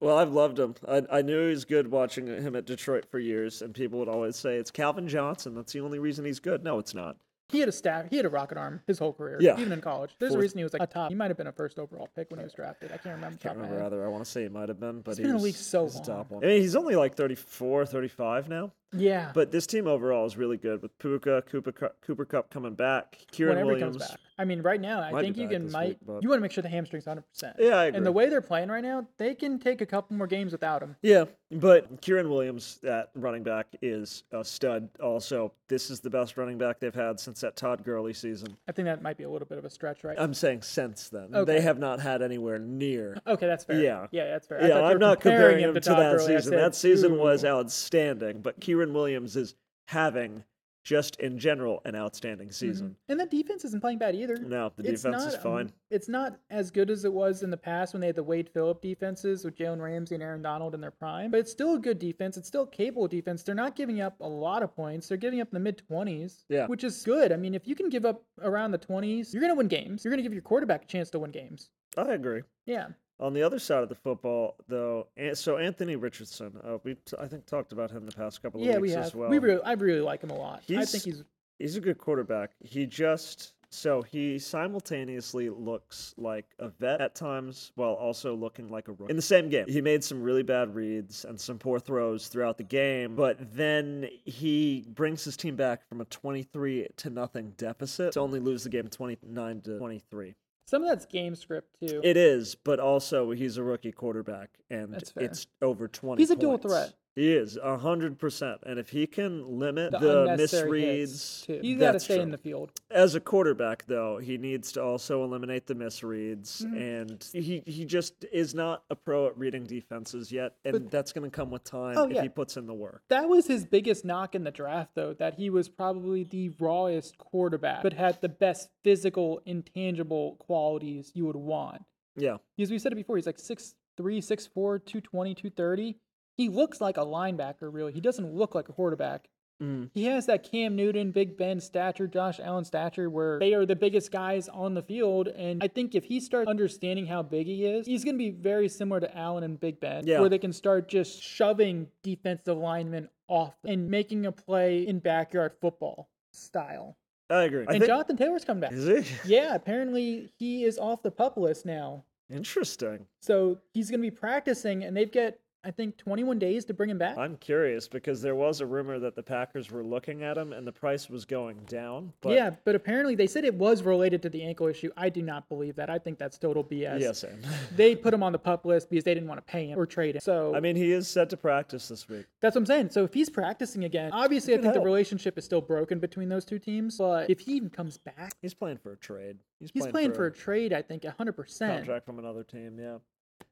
Well, I've loved him. I, I knew he was good watching him at Detroit for years, and people would always say it's Calvin Johnson. That's the only reason he's good. No, it's not.
He had a staff. He had a rocket arm his whole career.
Yeah.
even in college. There's
Fourth-
a reason he was like a top. He might have been a first overall pick when he was drafted. I can't remember. off the
Can't
top of my
remember
head.
either. I want to say he might have been, but
He's
he
been in the
was,
league so
he's a top
long.
one. I mean, he's only like 34, 35 now.
Yeah,
But this team overall is really good with Puka, Cooper, Cu- Cooper Cup coming back, Kieran
whenever
Williams.
he comes back. I mean, right now,
Might
I
be
think you
back
can
this
might.
week, but-
You want to make sure the hamstring's 100. percent
Yeah, I
And
agree.
the way they're playing right now, they can take a couple more games without him.
Yeah, but Kieran Williams at running back is a stud. Also, this is the best running back they've had since that Todd Gurley season.
I think that might be a little bit of a stretch, right?
I'm saying since then, they
Okay.
have not had anywhere near.
okay, that's fair.
yeah.
yeah, that's fair. I
Yeah,
thought you
I'm
were
not comparing
him
him to
Todd
that
Gurley. I
season.
said,
That season was
"Ooh."
outstanding, but Kieran Williams is having just in general an outstanding season.
And the defense isn't playing bad either.
No, the defense is
Mm-hmm. um,
fine.
it's not as good as it was in the past when they had the Wade Phillip defenses with Jalen Ramsey and Aaron Donald in their prime, but it's still a good defense. It's still a capable defense. They're not giving up a lot of points. They're giving up in the mid 20s,
Yeah.
which is good. I mean, if you can give up around the 20s, you're going to win games. You're going to give your quarterback a chance to win games.
I agree.
Yeah.
On the other side of the football, though, An- so Anthony Richardson, uh, we t- I think talked about him the past couple of
Yeah,
weeks
we
as
have.
well.
We really, I really like him a lot. I
He's-
think he's
He's a good quarterback. He just so he simultaneously looks like a vet at times while also looking like a rookie. In the same game, he made some really bad reads and some poor throws throughout the game, but then he brings his team back from a 23 to nothing deficit to only lose the game 29 to 23.
Some of that's game script too.
It is, but also he's a rookie quarterback and
That's fair.
it's over 20.
He's a dual
points.
threat.
He is 100%. And if he can limit the,
unnecessary hits,
misreads,
too. He's got to
that's
stay in
true
the field.
as a quarterback though he needs to also eliminate the misreads
Mm-hmm.
and he he just is not a pro at reading defenses yet and that's going to come with time
Oh,
if
yeah.
he puts in the work
That was his biggest knock in the draft, though, that he was probably the rawest quarterback, but had the best physical, intangible qualities you would want.
yeah
Because we said it before, he's like 6'3, 6'4, 220, 230. He looks like a linebacker, really. He doesn't look like a quarterback.
Mm.
He has that Cam Newton, Big Ben stature, Josh Allen stature, where they are the biggest guys on the field. And I think if he starts understanding how big he is, he's going to be very similar to Allen and Big Ben,
Yeah.
where they can start just shoving defensive linemen off and making a play in backyard football style.
i agree I
and
think-
Jonathan Taylor's coming back.
is he
Yeah, apparently he is off the pup list now.
interesting
So he's going to be practicing, and they've got, I think, 21 days to bring him back.
i'm curious because there was a rumor that the packers were looking at him and the price was going down but
yeah, but apparently they said it was related to the ankle issue. I do not believe that. I think that's total BS.
yeah same
They put him on the pup list because they didn't want to pay him or trade him. So
i mean he is set to practice this week
that's what I'm saying. So if he's practicing again, obviously I
could
think the
help.
relationship is still broken between those two teams. But if he even comes back,
he's playing for a trade he's,
he's playing for a trade, I think, 100%.
contract from another team. Yeah.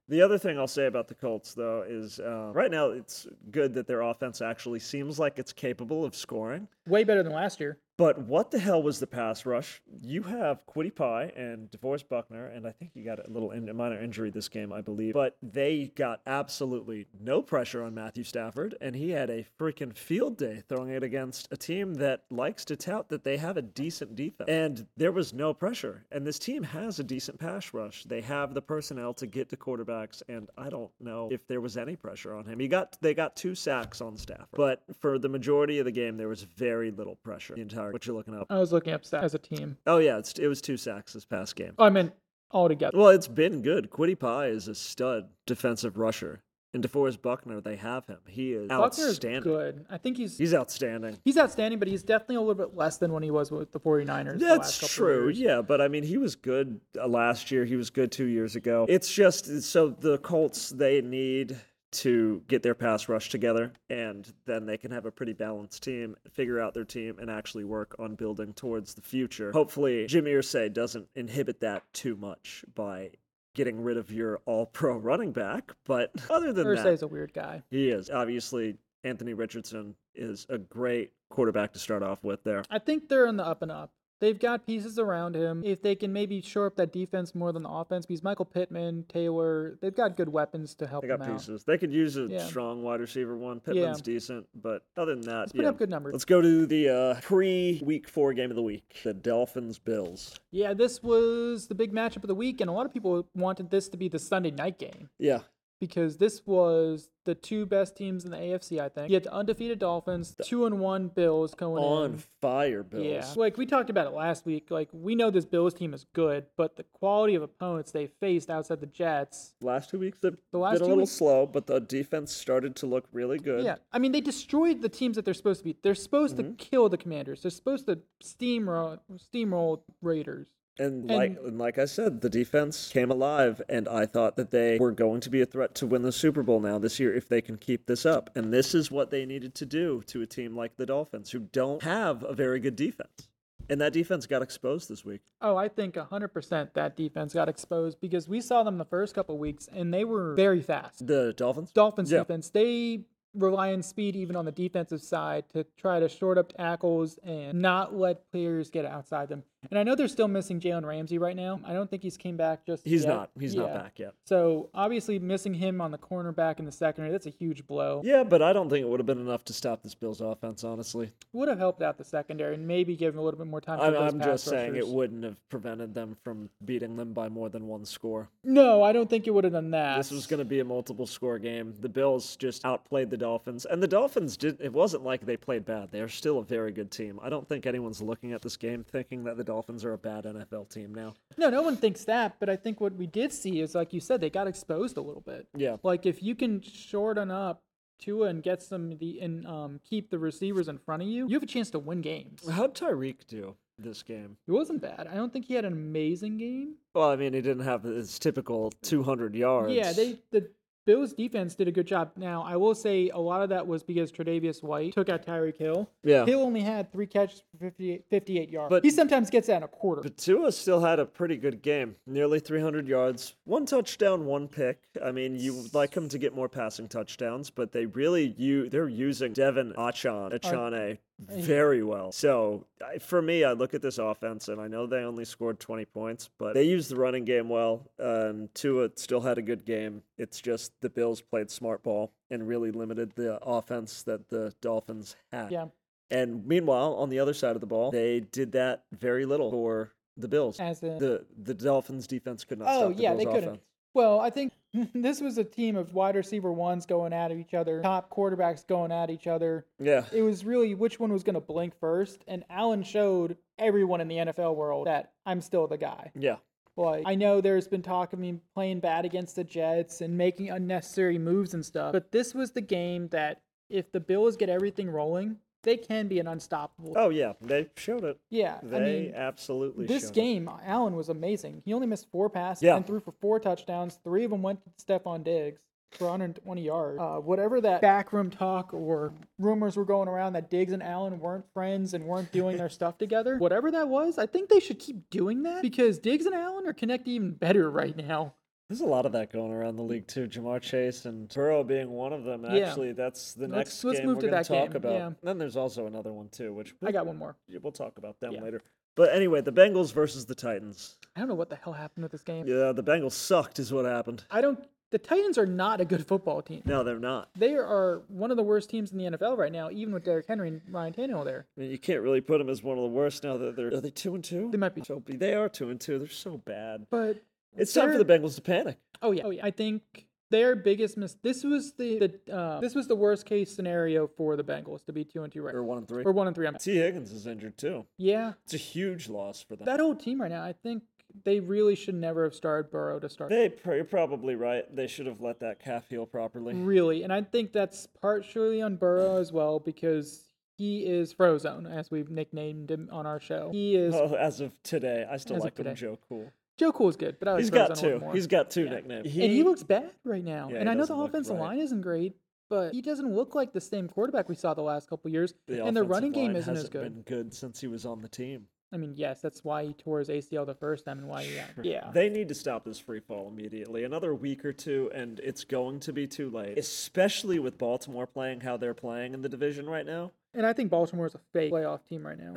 The other thing I'll say about the Colts, though, is um, right now it's good that their offense actually seems like it's capable of scoring.
Way better than last year.
But what the hell was the pass rush? You have Quiddy Pie and DeVorce Buckner, and I think he got a little in- a minor injury this game, I believe. But they got absolutely no pressure on Matthew Stafford, and he had a freaking field day throwing it against a team that likes to tout that they have a decent defense. And there was no pressure. And this team has a decent pass rush. They have the personnel to get to quarterbacks, and I don't know if there was any pressure on him. He got they got two sacks on Stafford, but for the majority of the game, there was very little pressure. The entire what you're looking up.
I was looking up stats as a team.
Oh yeah, it's, it was two sacks this past game.
Oh, I meant all together.
Well, it's been good. Quiddy Pie is a stud defensive rusher, and DeForest Buckner, they have him. He is
Buckner's
outstanding.
good. I think he's
He's outstanding.
He's outstanding, but he's definitely a little bit less than when he was with the 49ers. the
That's
last couple of
true.
years.
Yeah, but I mean, he was good uh, last year. He was good two years ago. It's just so the Colts they need to get their pass rush together, and then they can have a pretty balanced team, figure out their team, and actually work on building towards the future. Hopefully, Jimmy Irsay doesn't inhibit that too much by getting rid of your all-pro running back. But other than that,
Ursay's a weird guy.
he is obviously Anthony Richardson is a great quarterback to start off with there.
I think they're on the up and up. They've got pieces around him. If they can maybe shore up that defense more than the offense, because Michael Pittman, Taylor, they've got good weapons to help
They
them
got
out.
pieces. They could use a
Yeah.
strong wide receiver one. Pittman's decent, but other than that,
He's putting
yeah.
up good numbers.
Let's go to the uh, pre-week four game of the week: the Dolphins Bills.
Yeah, this was the big matchup of the week, and a lot of people wanted this to be the Sunday night game.
Yeah,
because this was the two best teams in the AFC, I think. You had the undefeated Dolphins, two and one Bills going
on
in.
fire, Bills.
Yeah, like we talked about it last week. Like we know this Bills team is good, but the quality of opponents they faced outside the Jets.
Last two weeks they've
The last
been
two
a little
weeks-
slow, but the defense started to look really good. Mm-hmm.
Yeah, I mean they destroyed the teams that they're supposed to beat. They're supposed to kill the Commanders. They're supposed to steamroll steamroll Raiders.
And like and like I said, the defense came alive, and I thought that they were going to be a threat to win the Super Bowl now this year if they can keep this up. And this is what they needed to do to a team like the Dolphins, who don't have a very good defense. And that defense got exposed this week.
Oh, I think 100% that defense got exposed because we saw them the first couple weeks and they were very fast.
The Dolphins.
Dolphins
Yeah.
defense, they rely on speed even on the defensive side to try to short up tackles and not let players get outside them. And I know they're still missing Jalen Ramsey right now. I don't think he's came back just
He's
yet.
not. He's not
Yeah.
back yet.
So obviously missing him on the cornerback in the secondary, that's a huge blow.
Yeah, but I don't think it would have been enough to stop this Bills offense, honestly.
Would have helped out the secondary and maybe given a little bit more time.
I'm,
to those
I'm
pass
just saying it
rushers.
wouldn't have prevented them from beating them by more than one score.
No, I don't think it would have done that.
This was going to be a multiple score game. The Bills just outplayed the Dolphins, and the Dolphins did. It wasn't like they played bad. They're still a very good team. I don't think anyone's looking at this game thinking that the Dolphins are a bad NFL team now.
No, no one thinks that, but I think what we did see is, like you said, they got exposed a little bit.
Yeah,
Like if you can shorten up Tua and get some of the and um, keep the receivers in front of you, you have a chance to win games.
how'd Tyreek do this game?
It wasn't bad. I don't think he had an amazing game.
Well, I mean, he didn't have his typical 200 yards.
Yeah, they the Bills defense did a good job. Now I will say a lot of that was because Tre'Davious White took out Tyreek Hill.
Yeah,
Hill only had three catches for 58, 58 yards.
But-
he sometimes gets that in a quarter.
But Tua still had a pretty good game, nearly 300 yards, one touchdown, one pick. I mean, you would like him to get more passing touchdowns, but they really you they're using Devin Achan Achane very well. So I, for me, I look at this offense, and I know they only scored 20 points, but they used the running game well. Um, Tua still had a good game. It's just the Bills played smart ball and really limited the offense that the Dolphins had.
yeah,
And meanwhile, on the other side of the ball, they did that very little for the Bills.
as in,
The the Dolphins defense could not
Oh,
stop the
yeah,
Bills
they couldn't.
offense.
Well, I think this was a team of wide receiver ones going at each other, top quarterbacks going at each other.
Yeah.
It was really which one was going to blink first, and Allen showed everyone in the NFL world that I'm still the guy.
Yeah.
Like I know there's been talk of me playing bad against the Jets and making unnecessary moves and stuff, but this was the game that if the Bills get everything rolling, they can be an unstoppable.
Oh yeah, they showed it.
yeah,
They
I mean
absolutely
this
showed it.
game, Allen was amazing. He only missed four passes
Yeah.
and threw for four touchdowns. Three of them went to Stephon Diggs for 120 yards. Uh, whatever that backroom talk or rumors were going around that Diggs and Allen weren't friends and weren't doing their stuff together, whatever that was, I think they should keep doing that because Diggs and Allen are connected even better right now.
There's a lot of that going around the league too. Jamar Chase and Burrow being one of them.
Yeah.
Actually, that's the
Let's-
next
let's
game
move
we're
to
going
that
to talk
game,
about.
yeah.
Then there's also another one too, which
I got one more.
we'll talk about them
Yeah.
later. But anyway, the Bengals versus the Titans.
I don't know what the hell happened with this game.
Yeah, the Bengals sucked, is what happened.
I don't. The Titans are not a good football team.
No, they're not.
They are one of the worst teams in the NFL right now, even with Derrick Henry and Ryan Tannehill there.
I mean, you can't really put them as one of the worst now that they're. Are they two and two?
They might be.
So they are two and two. They're so bad.
But
It's time for
They're-
the Bengals to panic.
Oh yeah. Oh yeah. I think their biggest mis this was the, the uh, this was the worst case scenario for the Bengals to be two and two right
Or one and three.
or one and three. I'm,
T. Higgins is injured too.
yeah,
It's a huge loss for them.
that whole team right now. I think they really should never have started Burrow to start.
They pr- you're probably right. They should have let that calf heal properly.
Really, and I think that's partially on Burrow as well because he is Frozone, as we've nicknamed him on our show. He is
Well, Oh, as of today, I still
As of
like him,
today.
Joe Cool.
Joe Cool's good, but I like
He's
Frozone
got
a little
two.
more.
He's got two nicknames.
and he looks bad right now.
Yeah,
and
he
I know the
doesn't look
offensive
right.
line isn't great, but he doesn't look like the same quarterback we saw the last couple years. and their
offensive
running game
line
isn't as
hasn't
good.
Been good since he was on the team.
I mean, yes, that's why he tore his ACL the first time and why he got yeah.
They need to stop this free fall immediately. Another week or two, and it's going to be too late. Especially with Baltimore playing how they're playing in the division right now.
And I think Baltimore is a fake playoff team right now.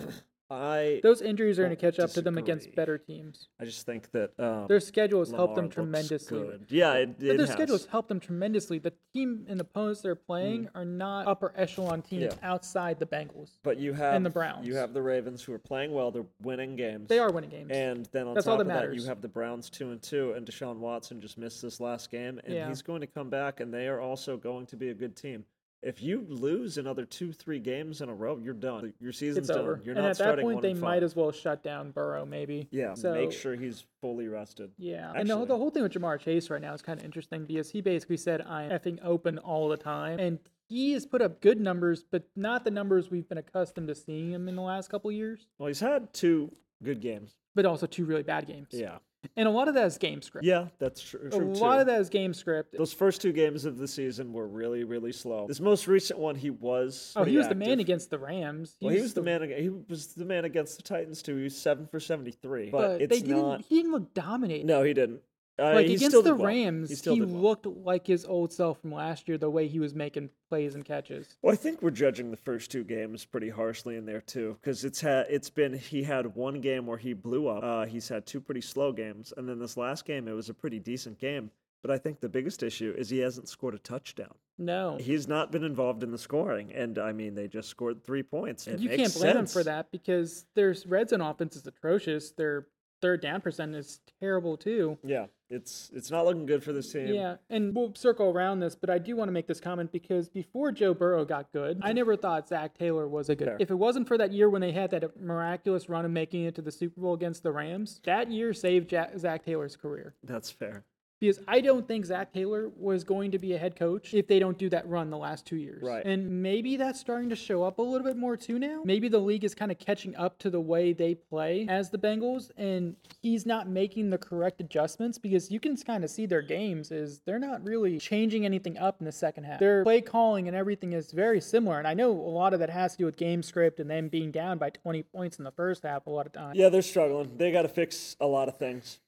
I
Those injuries are going to
Don't
catch up to them against
disagree.
better teams.
I just think that um,
Their schedule has
Lamar
helped them
looks
tremendously.
good. Yeah, it,
But
it
their
has. Mm.
schedule has helped them tremendously. The team and the opponents they're playing are not upper echelon teams
Yeah.
outside the Bengals.
But you have
the Browns.
You have the Ravens who are playing well. They're winning games.
They are winning games.
And then on
That's all
top of
that
that, you
matters.
have the Browns two and two, and Deshaun Watson just missed this last game, and
Yeah.
he's going to come back, and they are also going to be a good team. If you lose another two, three games in a row, you're done. Your season's
it's
done.
over.
You're
and
not
at that
starting
point,
one
they
and
might
five.
as well shut down Burrow, maybe.
yeah
So
make sure he's fully rested.
Yeah, and the, whole-
Actually-
the whole thing with Jamar Chase right now is kind of interesting because he basically said, "I'm effing open all the time," and he has put up good numbers, but not the numbers we've been accustomed to seeing him in the last couple years.
Well, he's had two good games.
But also two really bad games,
Yeah,
and a lot of that is game script.
yeah, that's tr- true.
a
too.
lot of that is game script.
Those first two games of the season were really, really slow. This most recent one, he was.
Oh, he
pretty
was the man
active.
against the Rams.
Well, he was the man. ag- He was the man against the Titans too. He was seven for seventy-three. But,
but
it's
they didn't.
not.
He didn't look dominated.
No, he didn't. Uh,
like
he
against
still
the
did well.
Rams,
he
he,
still did well.
looked like his old self from last year. The way he was making plays and catches.
Well, I think we're judging the first two games pretty harshly in there too, because it's had it's been he had one game where he blew up. Uh, he's had two pretty slow games, and then this last game it was a pretty decent game. But I think the biggest issue is he hasn't scored a touchdown.
No,
He's not been involved in the scoring, and I mean they just scored three points. It
you
makes
can't blame him for
sense.
that because their red zone offense is atrocious. Their third down percent is terrible too.
Yeah, it's it's not looking good for this team.
Yeah, and we'll circle around this, but I do want to make this comment because before Joe Burrow got good, I never thought Zach Taylor was a good.
Fair.
If it wasn't for that year when they had that miraculous run of making it to the Super Bowl against the Rams, that year saved Jack, Zach Taylor's career.
that's fair.
Because I don't think Zach Taylor was going to be a head coach if they don't do that run the last two years.
Right.
And maybe that's starting to show up a little bit more too now. Maybe the league is kind of catching up to the way they play as the Bengals, and he's not making the correct adjustments because you can kind of see their games is they're not really changing anything up in the second half. Their play calling and everything is very similar. And I know a lot of that has to do with game script and them being down by 20 points in the first half a lot of times.
Yeah, they're struggling. They got to fix a lot of things.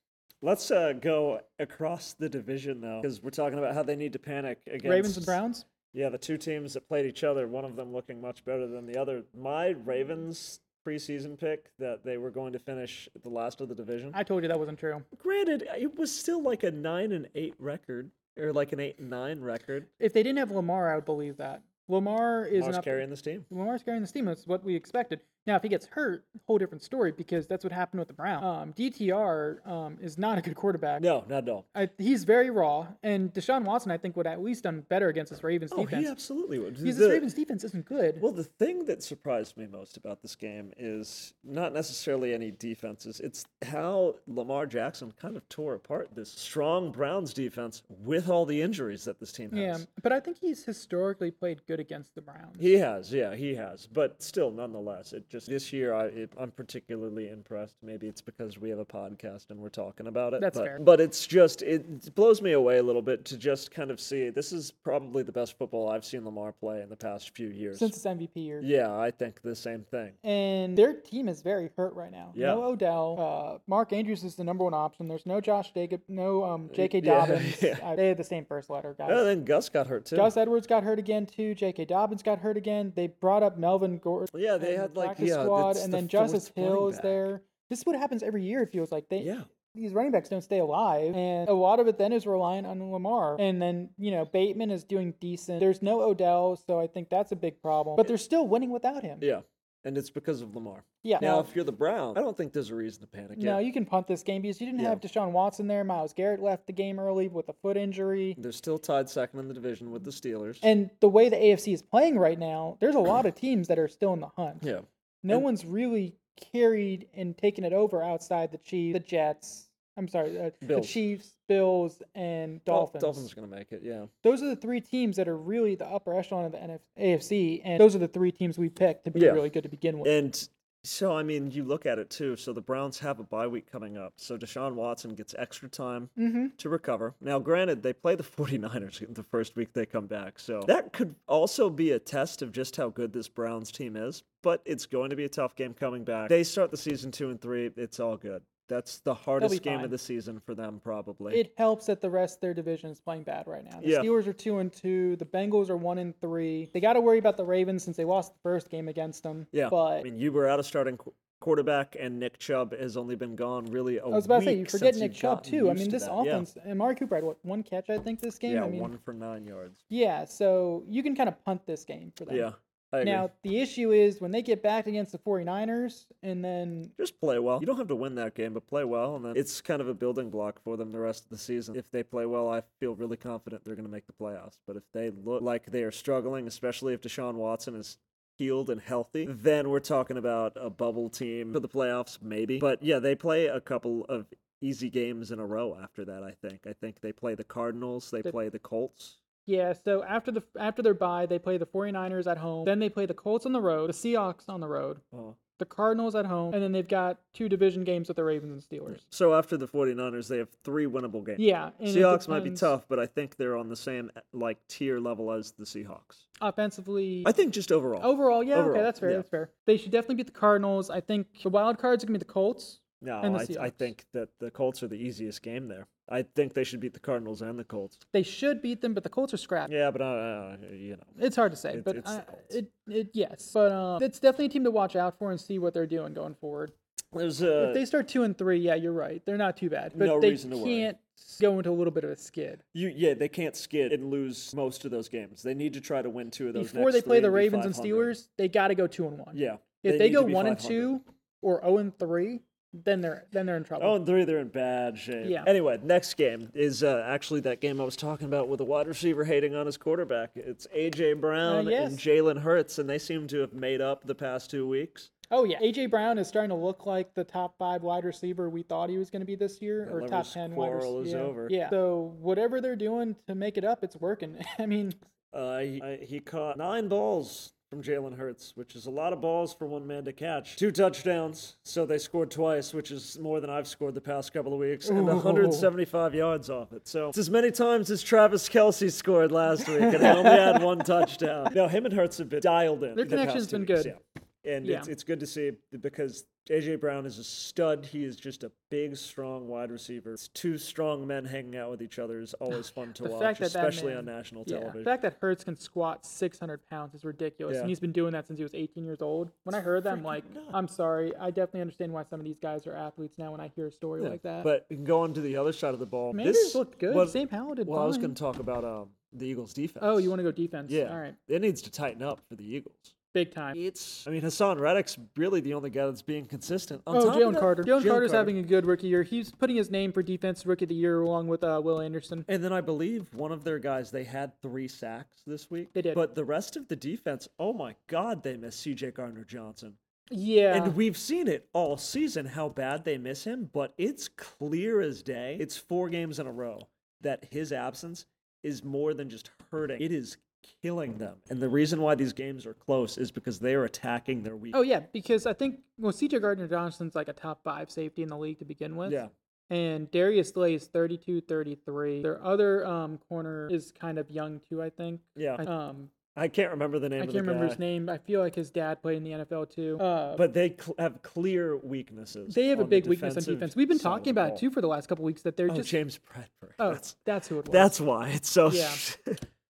Let's uh, go across the division though, because we're talking about how they need to panic against
Ravens and Browns?
Yeah, the two teams that played each other, one of them looking much better than the other. My Ravens preseason pick that they were going to finish the last of the division.
I told you that wasn't true.
Granted, it was still like a nine and eight record, or like an eight and nine record.
If they didn't have Lamar, I would believe that. Lamar is
Mars
an up-
carrying this team.
Lamar's carrying this team. That's what we expected. Now, if he gets hurt, whole different story because that's what happened with the Browns. Um, DTR um, is not a good quarterback.
No, not at all.
I, he's very raw, and Deshaun Watson, I think, would at least done better against this Ravens
Oh,
defense
he absolutely would.
because
The-
this Ravens defense isn't good.
Well, the thing that surprised me most about this game is not necessarily any defenses. It's how Lamar Jackson kind of tore apart this strong Browns defense with all the injuries that this team has.
yeah, but I think he's historically played good against the Browns.
He has, yeah, he has. But still, nonetheless, it just this year I, it, I'm particularly impressed. Maybe it's because we have a podcast and we're talking about it.
That's
but,
fair.
But it's just it blows me away a little bit to just kind of see this is probably the best football I've seen Lamar play in the past few years.
since it's MVP year.
yeah, I think the same thing.
And their team is very hurt right now.
Yeah.
No Odell. Uh, Mark Andrews is the number one option. There's no Josh Jacob, no um, J.K.
Uh, yeah,
Dobbins.
yeah.
Uh, they had the same first letter, guys.
Oh, And then Gus got hurt too.
Gus Edwards got hurt again too. J.K. Dobbins got hurt again. They brought up Melvin Gordon.
Yeah, they
in the
had, like,
practice
yeah,
squad,
that's
and
the
then Justice
fourth
Hill
running
is
back.
there. This is what happens every year. It feels like they
yeah.
these running backs don't stay alive, and a lot of it then is relying on Lamar. And then you know Bateman is doing decent. There's no Odell, so I think that's a big problem. But they're still winning without him.
Yeah. And it's because of Lamar.
Yeah.
Now,
no,
if you're the Browns, I don't think there's a reason to panic.
no,
yet.
you can punt this game because you didn't
Yeah.
have Deshaun Watson there. Miles Garrett left the game early with a foot injury.
They're still tied second in the division with the Steelers.
And the way the AFC is playing right now, there's a lot of teams that are still in the hunt.
yeah.
No
And-
one's really carried and taken it over outside the Chiefs, the Jets. I'm sorry, uh, the
Bills.
Chiefs, Bills, and
Dol-
Dolphins.
Dolphins are going to make it. Yeah.
Those are the three teams that are really the upper echelon of the NF- AFC, and those are the three teams we picked to be
Yeah.
really good to begin with.
And so, I mean, you look at it too. So the Browns have a bye week coming up. So Deshaun Watson gets extra time
mm-hmm.
to recover. Now, granted, they play the 49ers the first week they come back. So that could also be a test of just how good this Browns team is. But it's going to be a tough game coming back. They start the season two and three. It's all good. That's the hardest game
fine.
of the season for them, probably.
It helps that the rest of their division is playing bad right now. The
Yeah.
Steelers are two and two. The Bengals are one and three. They got to worry about the Ravens since they lost the first game against them.
yeah.
but
I mean, you were out of starting qu- quarterback, and Nick Chubb has only been gone really a
I was about to say you
week
forget
since
Nick
you've
Chubb
gotten
too. I
used
mean,
to
this
that. Yeah.
offense and Amari Cooper had what one catch I think this game.
Yeah,
I mean,
one for nine yards.
yeah. So you can kind of punt this game for them.
Yeah, I agree.
Now the issue is when they get back against the 49ers and then
just play well. You don't have to win that game, but play well, and then it's kind of a building block for them the rest of the season. If they play well, I feel really confident they're going to make the playoffs. But if they look like they are struggling, especially if Deshaun Watson is healed and healthy, then we're talking about a bubble team for the playoffs, maybe. But yeah, they play a couple of easy games in a row after that. I think. I think they play the Cardinals. They
The-
play the Colts.
yeah, so after the after their bye, they play the 49ers at home. Then they play the Colts on the road, the Seahawks on the road,
Oh.
the Cardinals at home, and then they've got two division games with the Ravens and Steelers.
So after the 49ers, they have three winnable games.
Yeah, and it
Seahawks might be
depends-
tough, but I think they're on the same eh, like tier level as the Seahawks.
offensively.
I think just
Oh,
overall.
Overall, yeah, okay,
Overall,
that's fair.
yeah.
That's fair. They should definitely beat the Cardinals. I think the wild cards are gonna be the Colts,
No,
And the
I, I
Seahawks.
think that the Colts are the easiest game there. I think they should beat the Cardinals and the Colts.
They should beat them, but the Colts are scrapped.
Yeah, but uh, you know,
It's hard to say,
It-
but
it's the
uh,
Colts.
it, it yes, but um, it's definitely a team to watch out for and see what they're doing going forward.
there's a
if they start two and three, yeah, you're right. They're not too bad, but
Uh, No
they
reason to worry.
can't go into a little bit of a skid.
you, yeah they can't skid and lose most of those games. They need to try to win two of those
Before
next
they play
three
the
and be
Ravens and
500.
Steelers, they got to go two and one.
Yeah,
if they,
need to
go
be
one and
500.
two or zero and three, then they're then they're in trouble.
Oh, and three, they're in bad shape.
Yeah.
Anyway, next game is uh, actually that game I was talking about with the wide receiver hating on his quarterback. It's A.J. Brown
Uh, yes.
and Jalen Hurts, and they seem to have made up the past two weeks.
Oh yeah, AJ Brown is starting to look like the top five wide receiver we thought he was going to be this year,
That
or top
lovers'
ten wide
quarrel
receiver.
is
yeah.
over.
Yeah. So whatever they're doing to make it up, it's working. I mean,
Uh, he, I, he caught nine balls from Jalen Hurts, which is a lot of balls for one man to catch. Two touchdowns, so they scored twice, which is more than I've scored the past couple of weeks, and
Ooh.
175 yards off it. So it's as many times as Travis Kelsey scored last week, and he only had one touchdown. No, him and Hurts have been dialed in.
Their
the
connection's
past two
been
weeks,
good.
yeah. And it's,
Yeah.
it's good to see because AJ Brown is a stud. He is just a big, strong wide receiver. It's two strong men hanging out with each other is always fun to
The
watch,
fact that that
especially
man-
on national
yeah. The
television.
fact that Hertz can squat 600 pounds is ridiculous,
Yeah.
and he's been doing that since he was 18 years old. When I heard that, I'm like, I'm sorry. I definitely understand why some of these guys are athletes now. When I hear a story like that,
But going to the other side of the ball,
Manders
this
looked good.
was-
Sam Howell did
well, I was
fine.
going to talk about um, the Eagles' defense.
oh, you want to go defense?
Yeah,
All right.
It needs to tighten up for the Eagles.
Big time.
It's. I mean, Hassan Reddick's really the only guy that's being consistent. On
Oh,
top of
Jalen
that-
Carter. Jalen Carter's having a good rookie year. He's putting his name for defense rookie of the year along with uh, Will Anderson.
And then I believe one of their guys, they had three sacks this week.
They did.
But the rest of the defense, oh my God, they miss C.J. Gardner Johnson.
Yeah.
And we've seen it all season how bad they miss him, but it's clear as day. It's four games in a row that his absence is more than just hurting, it is killing them. And the reason why these games are close is because they are attacking their weak.
oh yeah, because I think well, CJ Gardner Johnson's like a top five safety in the league to begin with.
yeah.
And Darius Slay is 32 33. Their other um, corner is kind of young too, I think.
Yeah.
I, um,
I can't remember the name
I
of
can't
Uh, the
remember
guy,
his name. I feel like his dad played in the NFL too. Uh,
But they cl- have clear weaknesses.
they have a
on the
big weakness on
defensive
defense. We've been
side of
talking
the
about
ball.
it too for the last couple weeks that they're
Oh,
just.
James Bradbury.
oh,
that's,
that's who it was.
that's why it's so.
Yeah.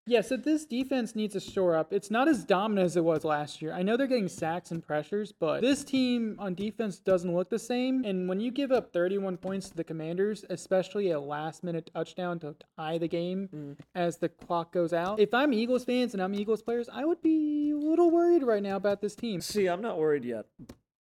Yeah, so this defense needs to shore up. It's not as dominant as it was last year. I know they're getting sacks and pressures, but this team on defense doesn't look the same. And when you give up 31 points to the Commanders, especially a last minute touchdown to tie the game as the clock goes out, if I'm Eagles fans and I'm Eagles players, I would be a little worried right now about this team.
See, I'm not worried yet.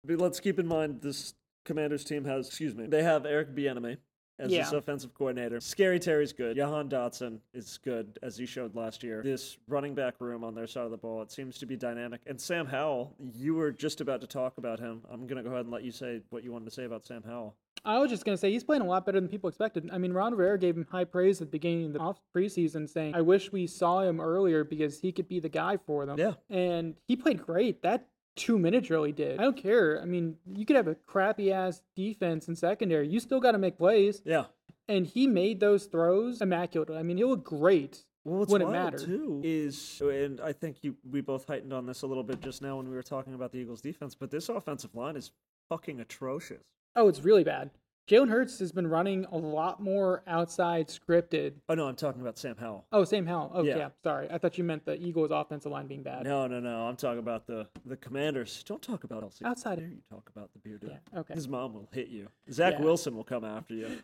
But let's keep in mind this Commanders team has, excuse me, they have Eric Bieniemy as this
Yeah.
offensive coordinator. Scary Terry's good. Jahan Dotson is good, as he showed last year. This running back room on their side of the ball, it seems to be dynamic. And Sam Howell, you were just about to talk about him. I'm going to go ahead and let you say what you wanted to say about Sam Howell.
I was just going to say he's playing a lot better than people expected. I mean, Ron Rivera gave him high praise at the beginning of the off preseason, saying, "I wish we saw him earlier because he could be the guy for them."
Yeah.
and he played great. That two minute drill he did. I don't care. I mean, you could have a crappy ass defense and secondary. You still got to make plays,
Yeah.
and he made those throws immaculate. I mean, he looked great.
Well, what's
Wouldn't
wild
matter.
too is, and I think you we both heightened on this a little bit just now when we were talking about the Eagles' defense, but this offensive line is fucking atrocious.
Oh, it's really bad. Jalen Hurts has been running a lot more outside scripted.
Oh no, I'm talking about Sam Howell.
Oh, Sam Howell. Oh,
Yeah.
yeah. Sorry, I thought you meant the Eagles' offensive line being bad.
No, no, no. I'm talking about the the Commanders. Don't talk about Elsie.
Outside of
You talk about the bearded.
Yeah, okay.
His mom will hit you. Zach
Yeah.
Wilson will come after you.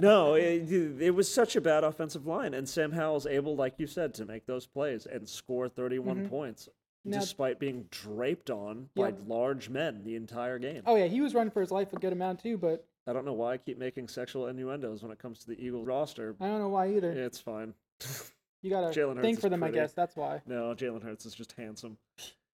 no, it, it was such a bad offensive line, and Sam Howell's able, like you said, to make those plays and score 31 points.
Mm-hmm. Now-
Despite being draped on
Yep.
by large men the entire game,
Oh yeah, he was running for his life a good amount too, but
I don't know why I keep making sexual innuendos when it comes to the Eagles roster.
I don't know why either.
It's fine.
You
Jalen
got to
Hurts
think
is
for them,
pretty.
I guess. That's why.
No, Jalen Hurts is just handsome.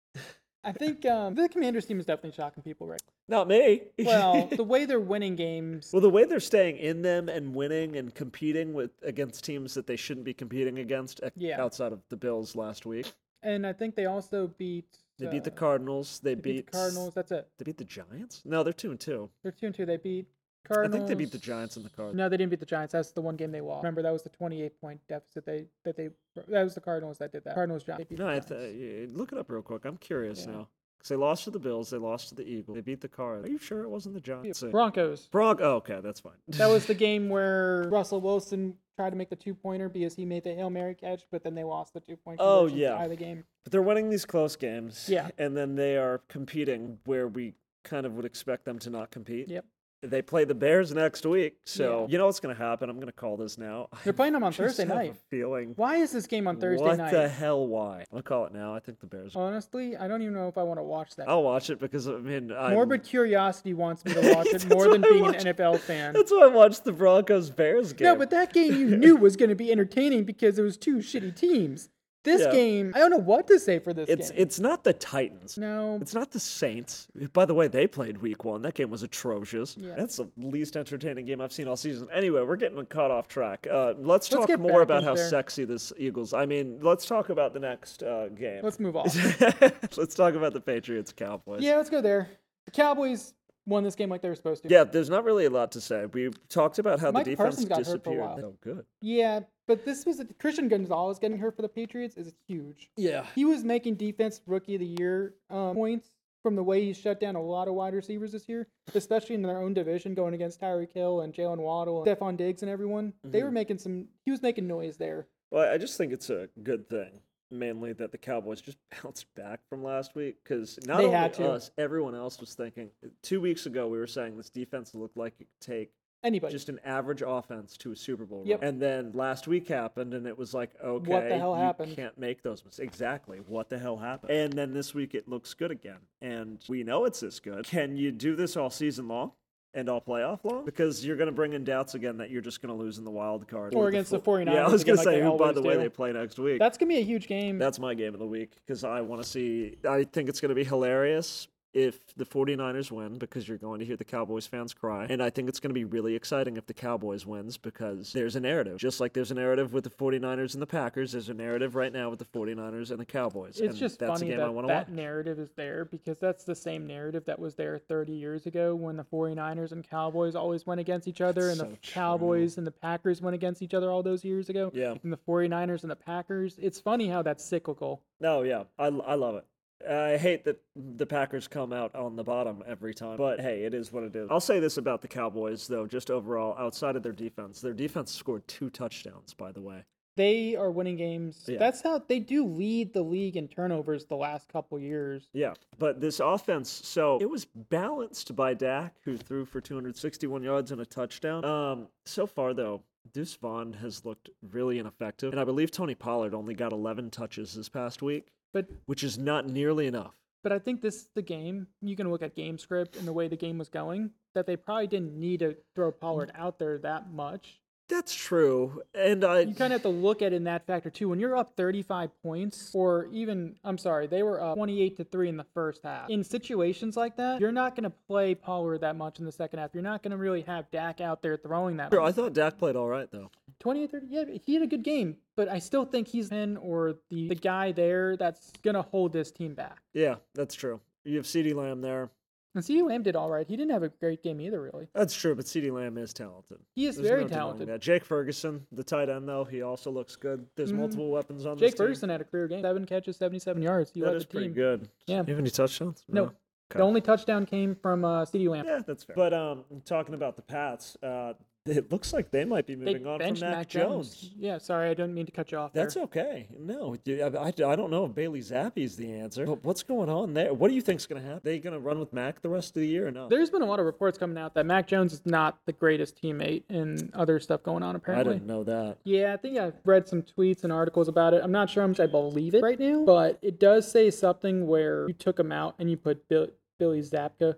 I think um, the Commanders team is definitely shocking people, right?
Not me.
Well, the way they're winning games,
Well, the way they're staying in them and winning and competing with against teams that they shouldn't be competing against, e-
Yeah.
outside of the Bills last week,
and I think they also beat.
they beat the
uh,
Cardinals. They,
they
beat,
beat the Cardinals. That's it.
They beat the Giants. No, they're two and two.
They're two and two. They beat
I
Cardinals.
think they beat the Giants and the Cardinals.
No, they didn't beat the Giants. That's the one game they lost. Remember, that was the 28 point deficit. They that they that was the Cardinals that did that. Cardinals Giants. They beat
No,
the
I
Giants.
th- uh, look it up real quick. I'm curious now. 'Cause now 'Cause they lost to the Bills, they lost to the Eagles, they beat the Cards. Are you sure it wasn't the Giants? Say-
Broncos.
Bron- oh, okay, that's fine.
That was the game where Russell Wilson tried to make the two pointer because he made the hail mary catch, but then they lost the two point.
Oh,
conversion to
yeah.
tie the game.
But they're winning these close games.
Yeah.
And then they are competing where we kind of would expect them to not compete.
Yep.
They play the Bears next week. So
Yeah.
you know what's going to happen. I'm going to call this now. I
They're playing them on
just
Thursday
have a
night.
feeling.
Why is this game on Thursday
what
night? Oh,
the hell? Why? I'm going to call it now. I think the Bears.
Honestly, I don't even know if I want to watch that.
I'll watch it because, I mean, Oh, I.
Morbid curiosity wants me to watch it
That's
more than
why I
being
watch-
an NFL fan.
That's why I watched the Broncos Bears game.
No, but that game you knew was going to be entertaining because it was two shitty teams. This
Yeah.
game, I don't know what to say for this
it's,
game.
it's not the Titans.
no,
It's not the Saints. By the way, they played week one. That game was atrocious.
Yeah.
That's the least entertaining game I've seen all season. Anyway, we're getting caught off track. Uh, let's, talk
get
more
back
about
out
how
there.
sexy this Eagles. I mean, let's talk about the next uh, game.
let's move on.
Let's talk about the Patriots Cowboys.
yeah, let's go there. The Cowboys won this game like they were supposed to.
Yeah, there's not really a lot to say. We talked about how
Mike
the defense
Parsons got hurt for a
disappeared.
while.
Oh, good.
Yeah, but this was Christian Gonzalez getting hurt for the Patriots is huge.
Yeah.
He was making defense rookie of the year um, points from the way he shut down a lot of wide receivers this year, especially in their own division, going against Tyreek Hill and Jalen Waddle and Stephon Diggs and everyone. They were
Mm-hmm.
making some. He was making noise there.
Well, I just think it's a good thing, mainly that the Cowboys just bounced back from last week because not
They
only
had to.
us, everyone else was thinking. uh, Two weeks ago, we were saying this defense looked like it could take
Anybody?
just an average offense to a Super Bowl, run.
Yep.
and then last week happened, and it was like, okay,
hell
you
happened?
Can't make those mistakes. Exactly, what the hell happened? And then this week, it looks good again, and we know it's this good. Can you do this all season long? And all playoff long because you're going to bring in doubts again that you're just going to lose in the wild card
Or
with
against the
fo-
49ers
Yeah, I was
again,
going to
like
say
they
who, by
always
the way,
do.
they play next week.
That's gonna be a huge game.
That's my game of the week because I want to see. I think it's going to be hilarious if the 49ers win because you're going to hear the Cowboys fans cry. And I think it's going to be really exciting if the Cowboys wins because there's a narrative. Just like there's a narrative with the 49ers and the Packers, there's a narrative right now with the 49ers and the Cowboys.
it's
and
just
that's
funny
a game I
that
want to watch.
that narrative is there because that's the same narrative that was there 30 years ago when the 49ers and Cowboys always went against each other
That's
and the
so true.
Cowboys and the Packers went against each other all those years ago.
Yeah.
And the 49ers and the Packers. It's funny how that's cyclical.
No, yeah, I, I love it. I hate that the Packers come out on the bottom every time, but hey, it is what it is. I'll say this about the Cowboys, though, just overall, outside of their defense, their defense scored two touchdowns, by the way.
They are winning games.
Yeah.
That's how they do lead the league in turnovers the last couple years.
Yeah, but this offense, so it was balanced by Dak, who threw for 261 yards and a touchdown. Um, so far though, Deuce Vaughn has looked really ineffective, and I believe Tony Pollard only got 11 touches this past week,
But
which is not nearly enough.
but I think this is the game. You can look at game script and the way the game was going that they probably didn't need to throw Pollard out there that much.
That's true, and I
you kind of have to look at it in that factor too. When you're up 35 points, or even I'm sorry, they were up 28 to three in the first half. In situations like that, you're not going to play Pollard that much in the second half. You're not going to really have Dak out there throwing that.
I
Much.
thought Dak played all right though.
28, 30. Yeah, he had a good game, but I still think he's in or the the guy there that's going to hold this team back.
Yeah, that's true. You have Ceedee Lamb there.
And CeeDee Lamb did all right. He didn't have a great game either, really.
That's true, but Ceedee Lamb is talented.
He is
There's
very
no denying
talented.
that. Jake Ferguson, the tight end though, he also looks good. There's multiple weapons on
Mm-hmm. Jake
this team.
Ferguson had a career game, seven catches, 77 yards. He
That
led
is
the team.
pretty good.
Yeah.
You have any touchdowns?
No,
Okay.
the only touchdown came from uh, CeeDee Lamb.
Yeah, that's fair. But um, talking about the Pats, uh, it looks like they might be
They
moving on from
benched
Mac, Jones.
Yeah, sorry, I didn't mean to cut you off.
That's
there.
okay. No, I, I, I don't know if Bailey Zappi's the answer. But what's going on there? What do you think's going to happen? they going to run with Mac the rest of the year or not?
There's been a lot of reports coming out that Mac Jones is not the greatest teammate and other stuff going on
I
apparently.
didn't know that.
Yeah, I think I've read some tweets and articles about it. I'm not sure how much I believe it right now, but it does say something where you took him out and you put Bill, Billy Zapka.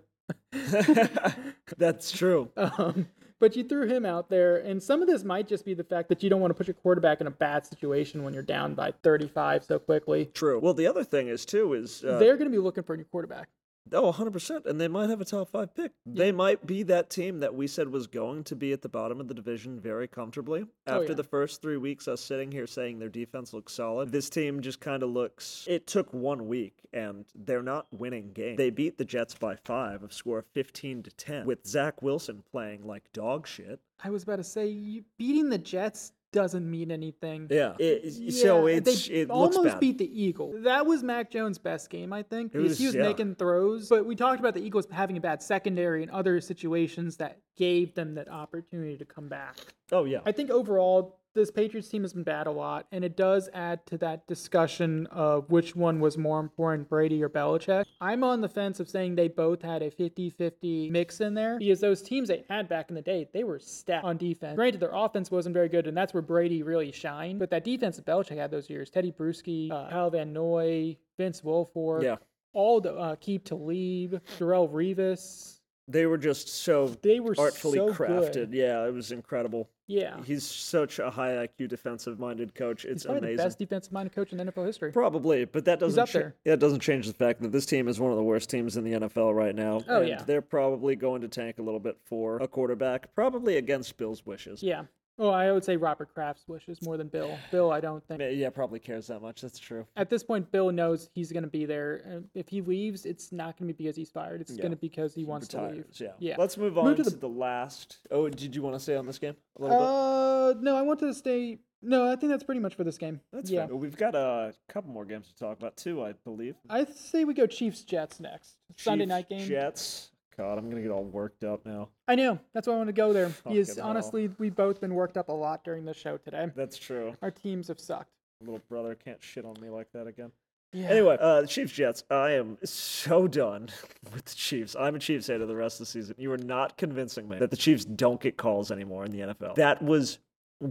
That's true.
Um, but you threw him out there, and some of this might just be the fact that you don't want to put your quarterback in a bad situation when you're down by 35 so quickly.
True. Well, the other thing is too is uh,
They're going to be looking for a new quarterback.
Oh, 100%. And they might have a top five pick. They might be that team that we said was going to be at the bottom of the division very comfortably. After
Oh, yeah.
the first three weeks, us sitting here saying their defense looks solid, this team just kind of looks. It took one week, and they're not winning games. They beat the Jets by five, of score 15 to 10, with Zach Wilson playing like dog shit.
I was about to say you beating the Jets doesn't mean anything.
Yeah. It, so
Yeah,
it's
they
it looks
almost
bad.
beat the Eagles. That was Mac Jones' best game, I think. because
was-
he was
yeah.
making throws, but we talked about the Eagles having a bad secondary and other situations that gave them that opportunity to come back.
oh yeah.
I think overall, this Patriots team has been bad a lot, and it does add to that discussion of which one was more important, Brady or Belichick. I'm on the fence of saying they both had a 50 50 mix in there because those teams they had back in the day, they were stacked on defense. Granted, their offense wasn't very good, and that's where Brady really shined, but that defense that Belichick had those years Teddy Bruschi, uh, Al Van Noy, Vince Wilfork,
yeah.
all the uh, Keep Talib, Darrell Revis.
They were just so
They were
artfully
so
crafted.
Good.
Yeah, it was incredible.
Yeah.
Oh. He's such a high IQ defensive minded coach. It's
Probably
amazing.
the best defensive minded coach in NFL history.
Probably, but that doesn't
up
cha-
there.
that doesn't change the fact that this team is one of the worst teams in the NFL right now.
Oh,
and
yeah.
they're probably going to tank a little bit for a quarterback, probably against Bill's wishes.
Yeah. Well, I would say Robert Kraft's wishes more than Bill. Bill, I don't think
Ma- yeah probably cares that much. That's true.
at this point Bill knows he's going to be there. And If he leaves, it's not going to be because he's fired. It's going to be because he wants to leave.
Retires. Yeah.
Yeah.
Let's move on
Move
to,
to
the... last. Oh, did you want to say on this game a little bit?
Uh, no, I want to stay. No, I think that's pretty much for this game.
That's
yeah.
fair. We've got a couple more games to talk about too, I believe.
I say we go Chiefs Jets next Sunday
Chiefs,
night game.
Jets. God, I'm gonna get all worked up now.
I know that's why I want to go there. Because
Fucking hell.
honestly, we've both been worked up a lot during the show today.
That's true.
Our teams have sucked.
Little brother can't shit on me like that again.
Yeah.
Anyway, uh, the Chiefs Jets. I am so done with the Chiefs. I'm a Chiefs hater the rest of the season. You are not convincing me that the Chiefs don't get calls anymore in the NFL. That was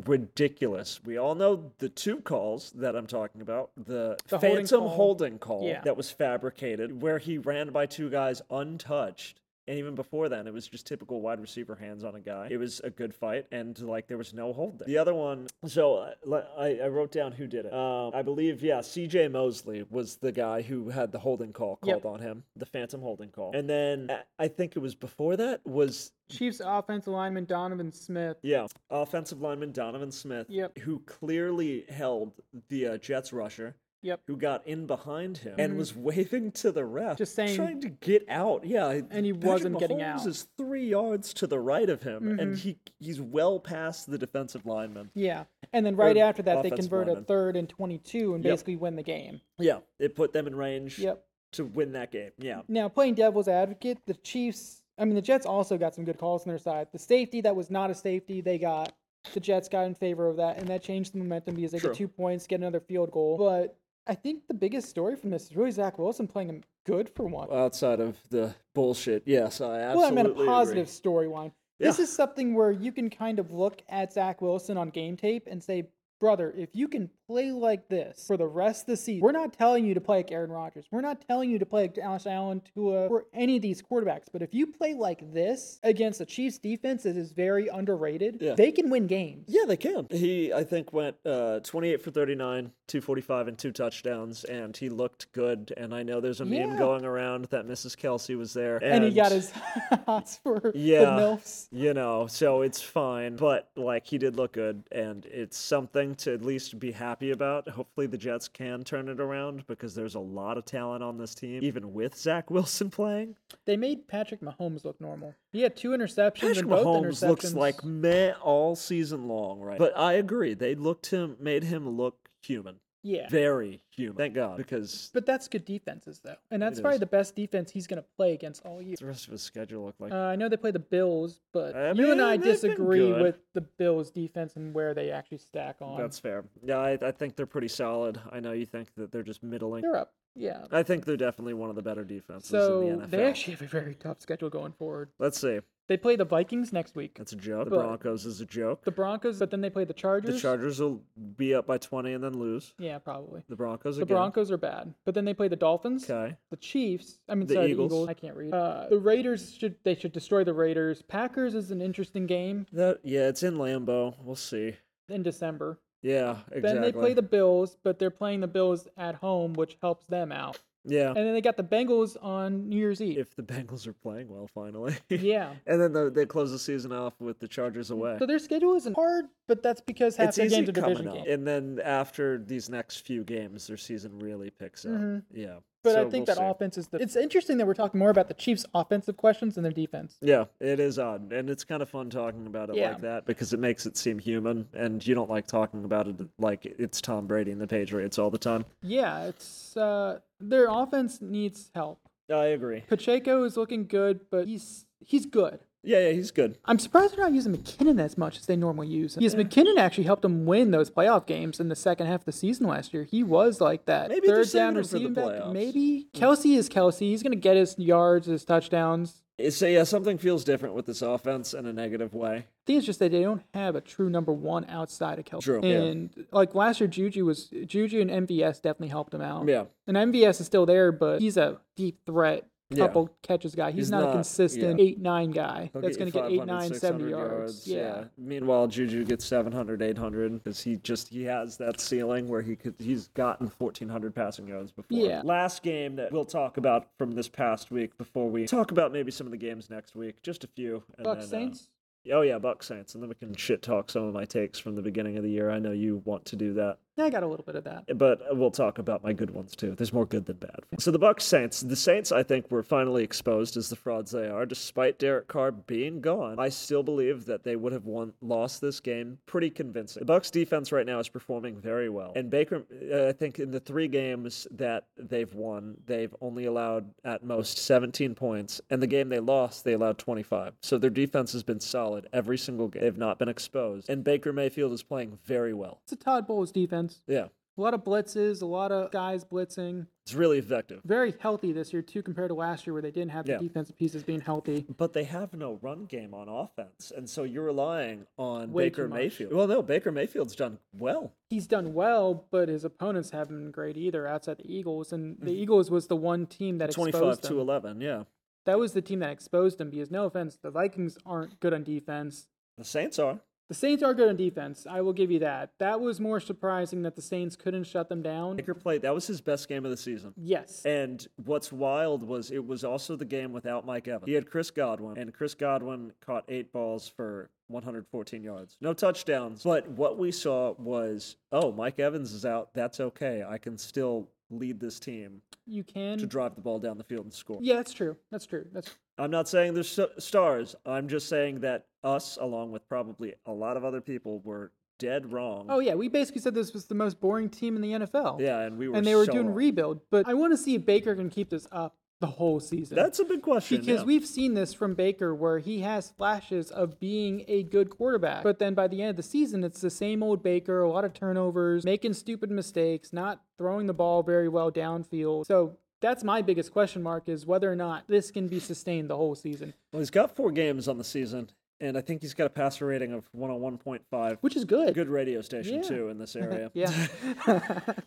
ridiculous. We all know the two calls that I'm talking about. The,
The holding
phantom
call.
holding call
Yeah.
that was fabricated, where he ran by two guys untouched. And even before then, it was just typical wide receiver hands on a guy. It was a good fight, and like there was no hold there. The other one, so uh, le- I, I wrote down who did it. Um, I believe, yeah, C.J. Mosley was the guy who had the holding call called
Yep.
on him, the phantom holding call. And then uh, I think it was before that was
Chiefs offensive lineman Donovan Smith.
yeah, offensive lineman Donovan Smith,
Yep.
who clearly held the uh, Jets rusher,
Yep.
who got in behind him and was waving to the ref,
Just saying-
trying to get out. Yeah,
he
Patrick
wasn't getting
Mahomes
out. Mm-hmm.
Is three yards to the right of him, and he he's well past the defensive lineman.
Yeah. And then right
Or
after that, they
offensive
convert
lineman.
a third and 22 and
Yep.
basically win the game.
Yeah, it put them in range
Yep.
to win that game. Yeah,
Now, playing devil's advocate, the Chiefs, I mean, the Jets also got some good calls on their side. The safety that was not a safety, they got. The Jets got in favor of that, and that changed the momentum because they
True.
get two points, get another field goal. But I think the biggest story from this is really Zach Wilson playing him good for once.
outside of the bullshit. Yes, I
well, I
absolutely
meant a
agree.
positive storyline. This
Yeah.
is something where you can kind of look at Zach Wilson on game tape and say, brother, if you can play like this for the rest of the season, we're not telling you to play like Aaron Rodgers. We're not telling you to play like Josh Allen, Tua, or any of these quarterbacks. But if you play like this against the Chiefs defense that is very underrated,
Yeah.
they can win games.
Yeah, they can. He, I think, went uh, 28 for 39, 245, and two touchdowns, and he looked good. And I know there's a meme
Yeah.
going around that Mrs. Kelsey was there.
And, he got his hots for the
Yeah.
MILFs.
You know, so it's fine, but like he did look good, and it's something to at least be happy about. Hopefully, the Jets can turn it around because there's a lot of talent on this team, even with Zach Wilson playing.
They made Patrick Mahomes look normal. He had two interceptions
Patrick
and both
Mahomes
interceptions.
looks like meh all season long, right? But I agree, they looked him, made him look human.
yeah.
very human. Thank God, because
But that's good defenses, though. And that's
It
probably
is.
the best defense he's going to play against all year.
the rest of his schedule looked like.
Uh, I know they play the Bills, but
I
you
mean,
and I
they've been
disagree
good.
with the Bills' defense and where they actually stack on.
That's fair. Yeah, I, I think they're pretty solid. I know you think that they're just middling.
They're up. Yeah.
I think they're definitely one of the better defenses in
So
the NFL.
they actually have a very tough schedule going forward.
Let's see.
They play the Vikings next week,
That's a joke. The
But-
Broncos is a joke.
the Broncos, but then they play the Chargers.
The Chargers will be up by 20 and then lose.
Yeah, probably.
The Broncos
The
again.
Broncos are bad, but then they play the Dolphins,
Okay.
the Chiefs. I mean,
The
sorry,
Eagles.
the Eagles. I can't read. Uh, the Raiders should they should destroy the Raiders. Packers is an interesting game
That yeah, it's in Lambeau. We'll see.
in December.
Yeah, exactly.
Then they play the Bills, but they're playing the Bills at home, which helps them out.
yeah.
And then they got the Bengals on New Year's Eve.
If the Bengals are playing well, finally.
yeah.
and then the, they close the season off with the Chargers away.
So their schedule isn't hard, but that's because half
it's
their
easy
games are
coming
division
up.
games.
And then after these next few games, their season really picks up.
Mhm.
Yeah.
But I
So
think
we'll
that
see.
offense is the. It's interesting that we're talking more about the Chiefs' offensive questions than their defense.
Yeah, it is odd. And it's kind of fun talking about it
Yeah.
like that because it makes it seem human. And you don't like talking about it like it's Tom Brady and the Patriots all the time.
Yeah, it's uh, their offense needs help.
I agree.
Pacheco is looking good, but he's he's good.
Yeah, yeah, he's good.
I'm surprised they're not using McKinnon as much as they normally use. him. Because McKinnon actually helped them win those playoff games in the second half of the season last year. He was like that.
Maybe they're
Third down
saving him for the
receiving back.
playoffs. Hmm.
Maybe Kelsey is Kelsey. He's gonna get his yards, his touchdowns.
It's, yeah, something feels different with this offense in a negative way.
I think it's just that they don't have a true number one outside of Kelsey.
True, yeah.
And like last year, Juju was Juju and MVS definitely helped him out.
Yeah.
And MVS is still there, but he's a deep threat,
Yeah.
couple catches guy. He's,
He's
not,
not-
a consistent eight nine guy
He'll
that's
you
going to get
500,
eight nine
600
70 yards. Yeah.
Meanwhile, Juju gets 700, 800 because he just he has that ceiling where he could he's gotten 1400 passing yards before.
Yeah.
Last game that we'll talk about from this past week before we talk about maybe some of the games next week, just a few. and
Buck
then, uh,
Saints.
oh yeah, Buck Saints, and then we can shit talk some of my takes from the beginning of the year. I know you want to do that
I got a little bit of that.
but we'll talk about my good ones too. There's more good than bad. So the Bucks Saints, the Saints, I think were finally exposed as the frauds they are. Despite Derek Carr being gone, I still believe that they would have won, lost this game pretty convincing. The Bucks defense right now is performing very well, and Baker, uh, I think in the three games that they've won, they've only allowed at most 17 points, and the game they lost, they allowed 25. So their defense has been solid every single game. They've not been exposed, and Baker Mayfield is playing very well.
It's a Todd Bowles defense.
Yeah.
A lot of blitzes, a lot of guys blitzing.
It's really effective.
Very healthy this year too, compared to last year where they didn't have the
Yeah.
defensive pieces being healthy.
But they have no run game on offense, and so you're relying on
Way
Baker
too much.
Mayfield. Well, no, Baker Mayfield's done well.
He's done well, but his opponents haven't been great either outside the Eagles. And the Eagles was the one team that
Mm-hmm. Twenty-five
exposed them.
to eleven. Yeah,
That was the team that exposed them because no offense, the Vikings aren't good on defense.
the Saints are.
The Saints are good on defense. I will give you that. That was more surprising that the Saints couldn't shut them down.
Baker played. That was his best game of the season.
Yes.
And what's wild was it was also the game without Mike Evans. He had Chris Godwin, and Chris Godwin caught eight balls for 114 yards. No touchdowns. But what we saw was, oh, Mike Evans is out. That's okay. I can still lead this team
You
to
can.
drive the ball down the field and score.
Yeah, that's true. That's true. That's
I'm not saying they're st- stars. I'm just saying that us, along with probably a lot of other people, were dead wrong.
Oh yeah, we basically said this was the most boring team in the NFL.
yeah, and we were.
and they were
so
doing
wrong.
rebuild, but I want to see if Baker can keep this up the whole season.
That's a big question.
because
yeah.
we've seen this from Baker where he has flashes of being a good quarterback, but then by the end of the season it's the same old Baker, a lot of turnovers, making stupid mistakes, not throwing the ball very well downfield. So that's my biggest question mark is whether or not this can be sustained the whole season,
Well, he's got four games on the season, and I think he's got a passer rating of 101.5.
which is good.
Good radio station
Yeah.
too in this area.
Yeah.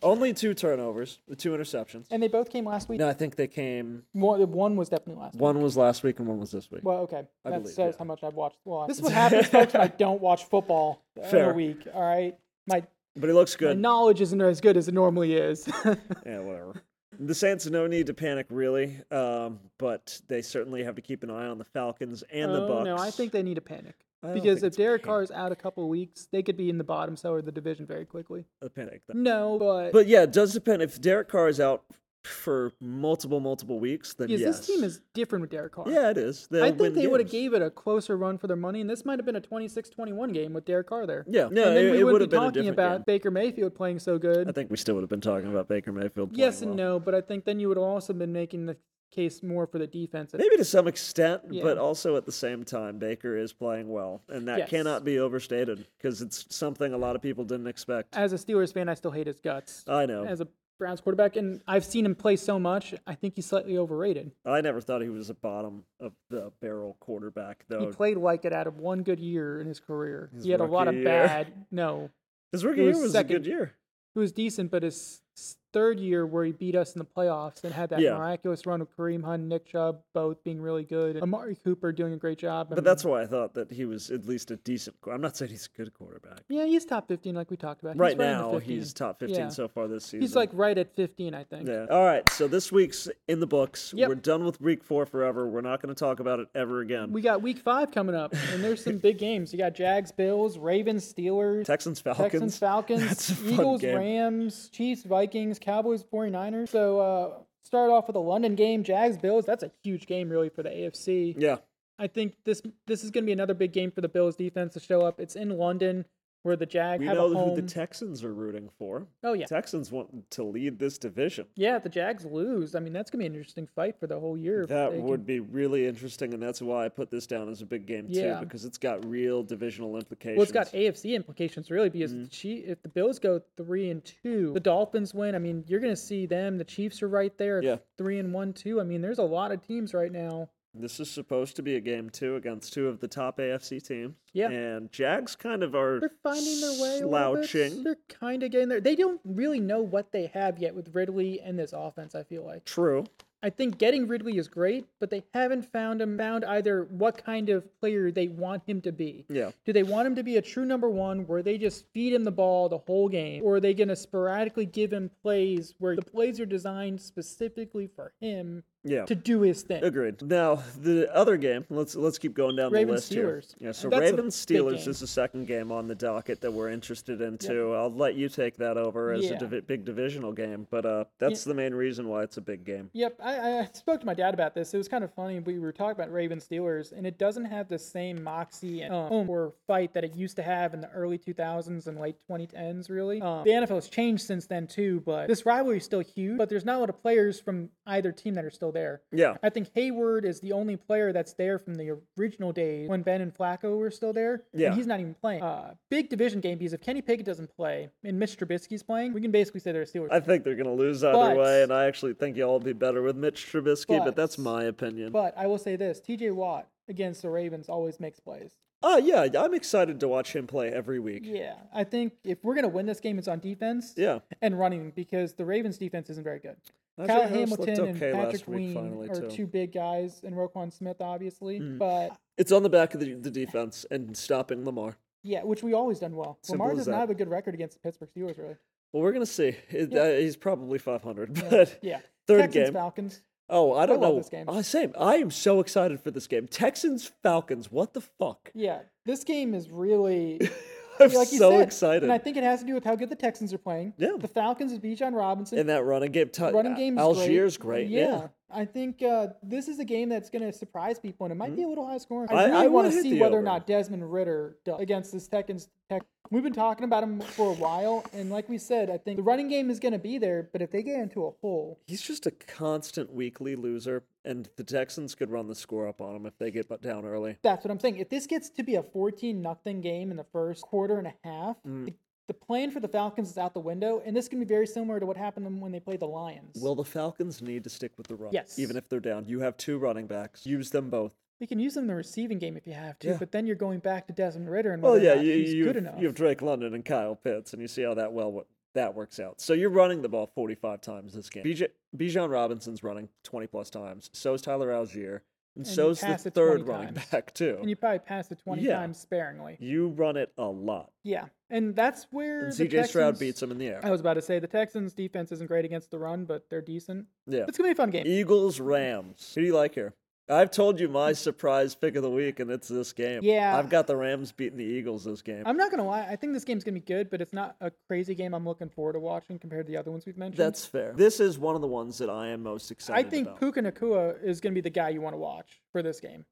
Only two turnovers, the two interceptions.
and they both came last week.
No, I think they came.
One, one was definitely last.
One was last week and one was this week.
Well, okay. that
believe,
says
yeah.
how much I've watched. Well, this is what happens, folks, when I don't watch football in
Fair.
a week. All right. My,
But he looks
my
good.
knowledge isn't as good as it normally is.
Yeah, whatever. The Saints, no need to panic, really, um, but they certainly have to keep an eye on the Falcons and the
Oh,
Bucks.
no, I think they need to panic.
I don't
Because
think
if
it's
Derek
panic.
Carr is out a couple of weeks, they could be in the bottom cellar of the division very quickly.
a panic. though.
No, but,
But yeah, it does depend. If Derek Carr is out for multiple, multiple weeks, then
because
yes.
this team is different with Derek Carr.
Yeah, it is. They'll
I think
win
they would have
games.
gave it a closer run for their money, and this might have been a 26-21 game with Derek Carr there.
Yeah, no,
and then
it,
we
it would have
wouldn't be
been a
talking
different
about
game.
Baker Mayfield playing so good.
I think we still would have been talking about Baker Mayfield. playing
Yes and
well.
no, but I think then you would have also been making the case more for the defense.
Maybe to some extent,
Yeah.
but also at the same time, Baker is playing well, and that
Yes.
cannot be overstated because it's something a lot of people didn't expect.
As a Steelers fan, I still hate his guts.
I know.
As a Browns quarterback, and I've seen him play so much, I think he's slightly overrated.
I never thought he was a bottom of the barrel quarterback,
He
though.
played like it out of one good year in his career.
Oh. His
he had a lot of
rookie year.
bad. No,
His rookie
He
year
was
was a
second.
good year.
he was decent, but his s- third year where he beat us in the playoffs and had that
Yeah.
miraculous run of Kareem Hunt, Nick Chubb, both being really good, and Amari Cooper doing a great job.
But that's why I thought that he was at least a decent. qu- I'm not saying he's a good quarterback.
yeah, he's top fifteen, like we talked about. He's
Right
in the
now,
15.
he's top 15
Yeah.
so far this season.
he's like right at fifteen, I think.
Yeah. All right. So this week's in the books.
Yep.
We're done with week four forever. We're not going to talk about it ever again.
We got week five coming up, and there's some big games. You got Jags, Bills, Ravens, Steelers,
Texans, Falcons.
Texans, Falcons,
That's a fun
Eagles,
game.
Rams, Chiefs, Vikings, Cowboys, 49ers. So uh, Start off with the London game, Jags Bills. That's a huge game, really, for the AFC.
Yeah.
I think this this is going to be another big game for the Bills defense to show up. It's in London, where the Jags
We
have
know
a home.
who the Texans are rooting for.
oh yeah,
Texans want to lead this division.
yeah. if The Jags lose. I mean, that's going to be an interesting fight for the whole year. if
That
they can-
would be really interesting, and that's why I put this down as a big game
Yeah.
too, because it's got real divisional implications. Mm-hmm.
Well, it's got AFC implications really because the Chie- if the Bills go three and two, the Dolphins win. I mean, you're going to see them. The Chiefs are right there, at
Yeah.
three and one too. I mean, there's a lot of teams right now.
This is supposed to be a game too against two of the top AFC teams.
Yeah.
and Jags kind of are
They're finding their way. A little bit.
slouching.
They're kind of getting there. They don't really know what they have yet with Ridley and this offense. I feel like
True.
I think getting Ridley is great, but they haven't found him. Found either what kind of player they want him to be.
Yeah.
Do they want him to be a true number one where they just feed him the ball the whole game? Or are they going to sporadically give him plays where the plays are designed specifically for him
Yeah.
to do his thing?
Agreed. Now the other game. Let's let's keep going down the
Ravens,
list
Steelers.
here. Yeah. So
That's a
Ravens
big
Steelers
game.
is the second game on the docket that we're interested in too. I'll let you take that over as
Yeah.
a divi- big divisional game, but uh, that's the main reason why it's a big game.
Yep, I, I spoke to my dad about this. It was kind of funny. We were talking about Ravens Steelers, and it doesn't have the same moxie and um, or fight that it used to have in the early 2000s and late 2010s, really. Um, the NFL has changed since then, too, but this rivalry is still huge, but there's not a lot of players from either team that are still there.
Yeah.
I think Hayward is the only player that's there from the original days when Ben and Flacco were still there.
Yeah.
And he's not even playing. Uh, big division game because if Kenny Pickett doesn't play and Mitch Trubisky's playing, we can basically say they're a Steelers.
I think they're going to lose either
But-
way, and I actually think y'all will be better with Mitch Trubisky, but,
But-
that's my opinion.
but I will say this TJ Watt against the Ravens always makes plays.
Oh, yeah, I'm excited to watch him play every week.
Yeah. I think if we're going to win this game, it's on defense
Yeah.
and running because the Ravens defense isn't very good.
Najee
Kyle
Harris looked
Hamilton and
okay last
Patrick
week,
Queen
finally,
are
too. Hmm.
two big guys, and Roquan Smith, obviously. But
It's on the back of the, the defense and stopping Lamar.
yeah, which we always done well.
Simple
Lamar
as
does not
that.
have a good record against the Pittsburgh Steelers, really.
Well, we're going to see. It, uh, he's probably 500, but
Yeah.
third
Texans,
game.
Falcons.
Oh, I don't
love
know.
this game.
Uh, same. I am so excited for this game. Texans Falcons. What the fuck?
Yeah. This game is really
I'm
like you
so
said,
excited.
And I think it has to do with how good the Texans are playing.
Yeah.
The Falcons is Bijan Robinson.
and that running game. T-
Running game is
Algiers great. yeah.
I think uh, this is a game that's going to surprise people, and it might be a little high scoring.
Mm-hmm. I-
I really
I
want
would
to
hit
see
the
whether or
over.
not Desmond Ritter does against this Texans. Tex- We've been talking about him for a while, and like we said, I think the running game is going to be there. But if they get into a hole,
He's just a constant weekly loser, and the Texans could run the score up on him if they get bu- down early.
That's what I'm saying. If this gets to be a 14 nothing game in the first quarter and a half,
Mm.
the, the plan for the Falcons is out the window, and this can be very similar to what happened when they played the Lions.
Well, the Falcons need to stick with the run,
Yes.
even if they're down. You have two running backs. Use them both.
you can use them in the receiving game if you have to,
Yeah.
but then you're going back to Desmond Ritter and
Well,
whether
yeah,
or not
you,
he's
you,
good
have,
enough.
you have Drake London and Kyle Pitts, and you see how that well wo- that works out. So you're running the ball 45 times this game. BJ, Bijan Robinson's running 20 plus times. So is Tyler Algier, and,
you
so is the
pass it
third
20
running
times.
back too.
and you probably pass it 20
Yeah.
times sparingly.
you run it a lot.
Yeah, and that's where
And
the
CJ Stroud
Texans-
beats him in the air.
I was about to say the Texans' defense isn't great against the run, but they're decent.
yeah.
It's gonna be a fun game.
Eagles, Rams. Who do you like here? I've told you my surprise pick of the week, and it's this game.
Yeah.
I've got the Rams beating the Eagles this game.
I'm not gonna lie. I think this game's gonna be good, but it's not a crazy game. I'm looking forward to watching compared to the other ones we've mentioned.
That's fair. This is one of the ones that I am most
I
excited
think
about.
Puka Nakua is going to be the guy you want to watch for this game.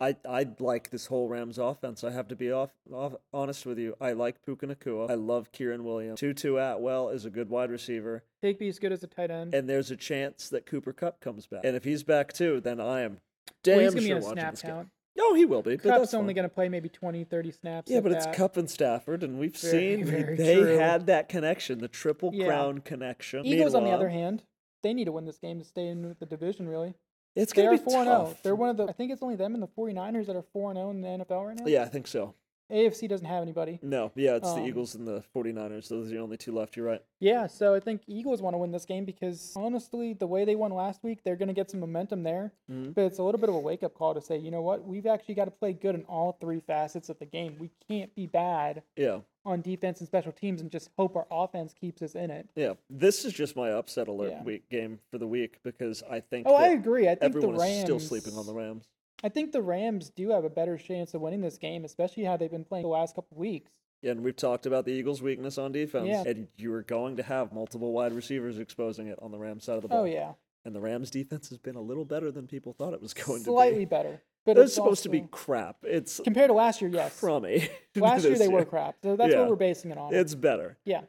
I, I like this whole Rams offense. I have to be off, off honest with you. I like Puka Nakua. I love Kieran Williams. Tutu Atwell is a good wide receiver,
Higby is good as a tight end.
and there's a chance that Cooper Cup comes back. And if he's back too, then I am damn
Well, he's going to
sure
be in a
watching
snap
this game.
count.
No, he will be. but
Cup's
that's
only
fine.
going to play maybe 20, 30 snaps.
Yeah,
if
but it's
that.
Cup and Stafford, and we've
Very,
seen
very
they
true.
had that connection, the triple
Yeah.
crown connection.
Eagles, on the
Meanwhile,
other hand, they need to win this game to stay in with the division, really.
it's
They
gonna
are
be
4 0.
tough.
They're one of the, I think it's only them and the 49ers that are 4 0 in the NFL right now.
yeah, I think so.
AFC doesn't have anybody.
No, yeah, it's
Um,
the Eagles and the 49ers. Those are the only two left. You're right.
Yeah, so I think Eagles want to win this game because honestly, the way they won last week, they're going to get some momentum there.
Mm-hmm.
But it's a little bit of a wake up call to say, you know what, we've actually got to play good in all three facets of the game. We can't be bad
Yeah,
on defense and special teams and just hope our offense keeps us in it.
yeah. This is just my upset alert
Yeah.
week game for the week because I think
Oh, I
that
agree. I think the
everyone
Rams
is still sleeping on the Rams.
I think the Rams do have a better chance of winning this game, especially how they've been playing the last couple weeks.
And we've talked about the Eagles' weakness on defense,
Yeah.
and you are going to have multiple wide receivers exposing it on the Rams side of the ball.
Oh yeah.
And the Rams defense has been a little better than people thought it was going to
Slightly
be.
better, but
It's
it's
supposed to be
also-
crap. It's
compared to last year. Yes,
crummy.
last year
This
they were crap. So that's
Yeah.
what we're basing it on.
It's better.
yeah,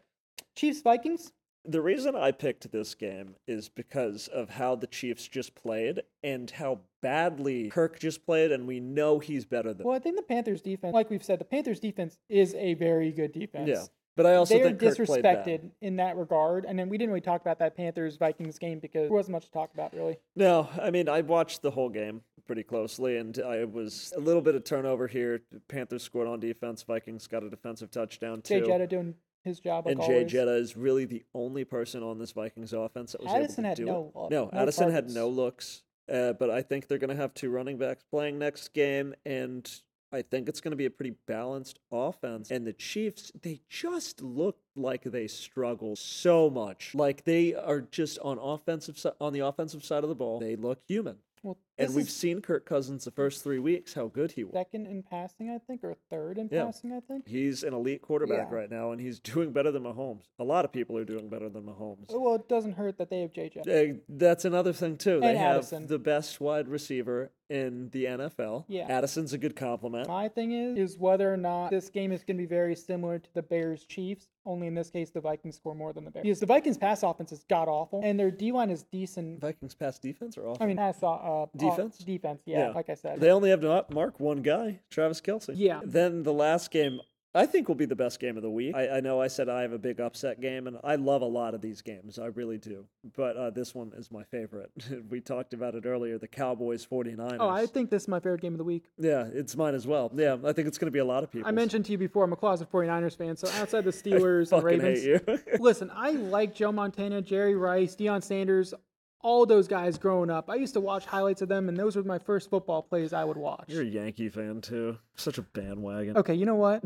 Chiefs Vikings.
The reason I picked this game is because of how the Chiefs just played and how badly Kirk just played, and we know he's better than.
Well, I think the Panthers defense, like we've said, the Panthers defense is a very good defense.
yeah, but I also
They're
think Kirk played bad.
disrespected in that regard, and then we didn't really talk about that Panthers Vikings game because there wasn't much to talk about really.
No, I mean I watched the whole game pretty closely, and I was a little bit of turnover here. Panthers scored on defense. Vikings got a defensive touchdown
Jay
too.
Jetta doing his job. Like
and Jay
always.
Jetta is really the only person on this Vikings offense that was
Addison
able
had
to do
no
it.
look-
no,
no
Addison had
targets.
no looks. Uh, but I think they're going to have two running backs playing next game, and I think it's going to be a pretty balanced offense. And the Chiefs, they just look like they struggle so much. Like they are just on offensive si- on the offensive side of the ball, they look human.
Well,
And
this
we've
is
seen Kirk Cousins the first three weeks how good he was.
second in passing, I think, or third in
Yeah.
passing, I think.
He's an elite quarterback
Yeah.
right now, and he's doing better than Mahomes. A lot of people are doing better than Mahomes.
Well, it doesn't hurt that they have Jay Jetta.
Uh, that's another thing too. They
And
have
Addison.
the best wide receiver in the NFL.
Yeah.
Addison's a good compliment.
My thing is, is whether or not this game is going to be very similar to the Bears Chiefs. Only in this case, the Vikings score more than the Bears because the Vikings' pass offense is god awful, and their D line is decent.
Vikings pass defense are awful.
I mean, pass uh, uh,
Defense?
defense. Yeah,
Yeah.
like I said,
they only have to not mark one guy, Travis Kelsey.
Yeah.
Then the last game, I think, will be the best game of the week. I, I know I said I have a big upset game, and I love a lot of these games. I really do. But uh, this one is my favorite. we talked about it earlier the Cowboys 49ers.
Oh, I think this is my favorite game of the week.
Yeah, it's mine as well. Yeah, I think it's going to be a lot of people.
I mentioned to you before, I'm a closet 49ers fan, so outside the Steelers and
fucking
Ravens.
hate you.
Listen, I like Joe Montana, Jerry Rice, Deion Sanders, all those guys growing up. I used to watch highlights of them, and those were my first football plays I would watch.
You're a Yankee fan too. Such a bandwagon.
Okay, you know what?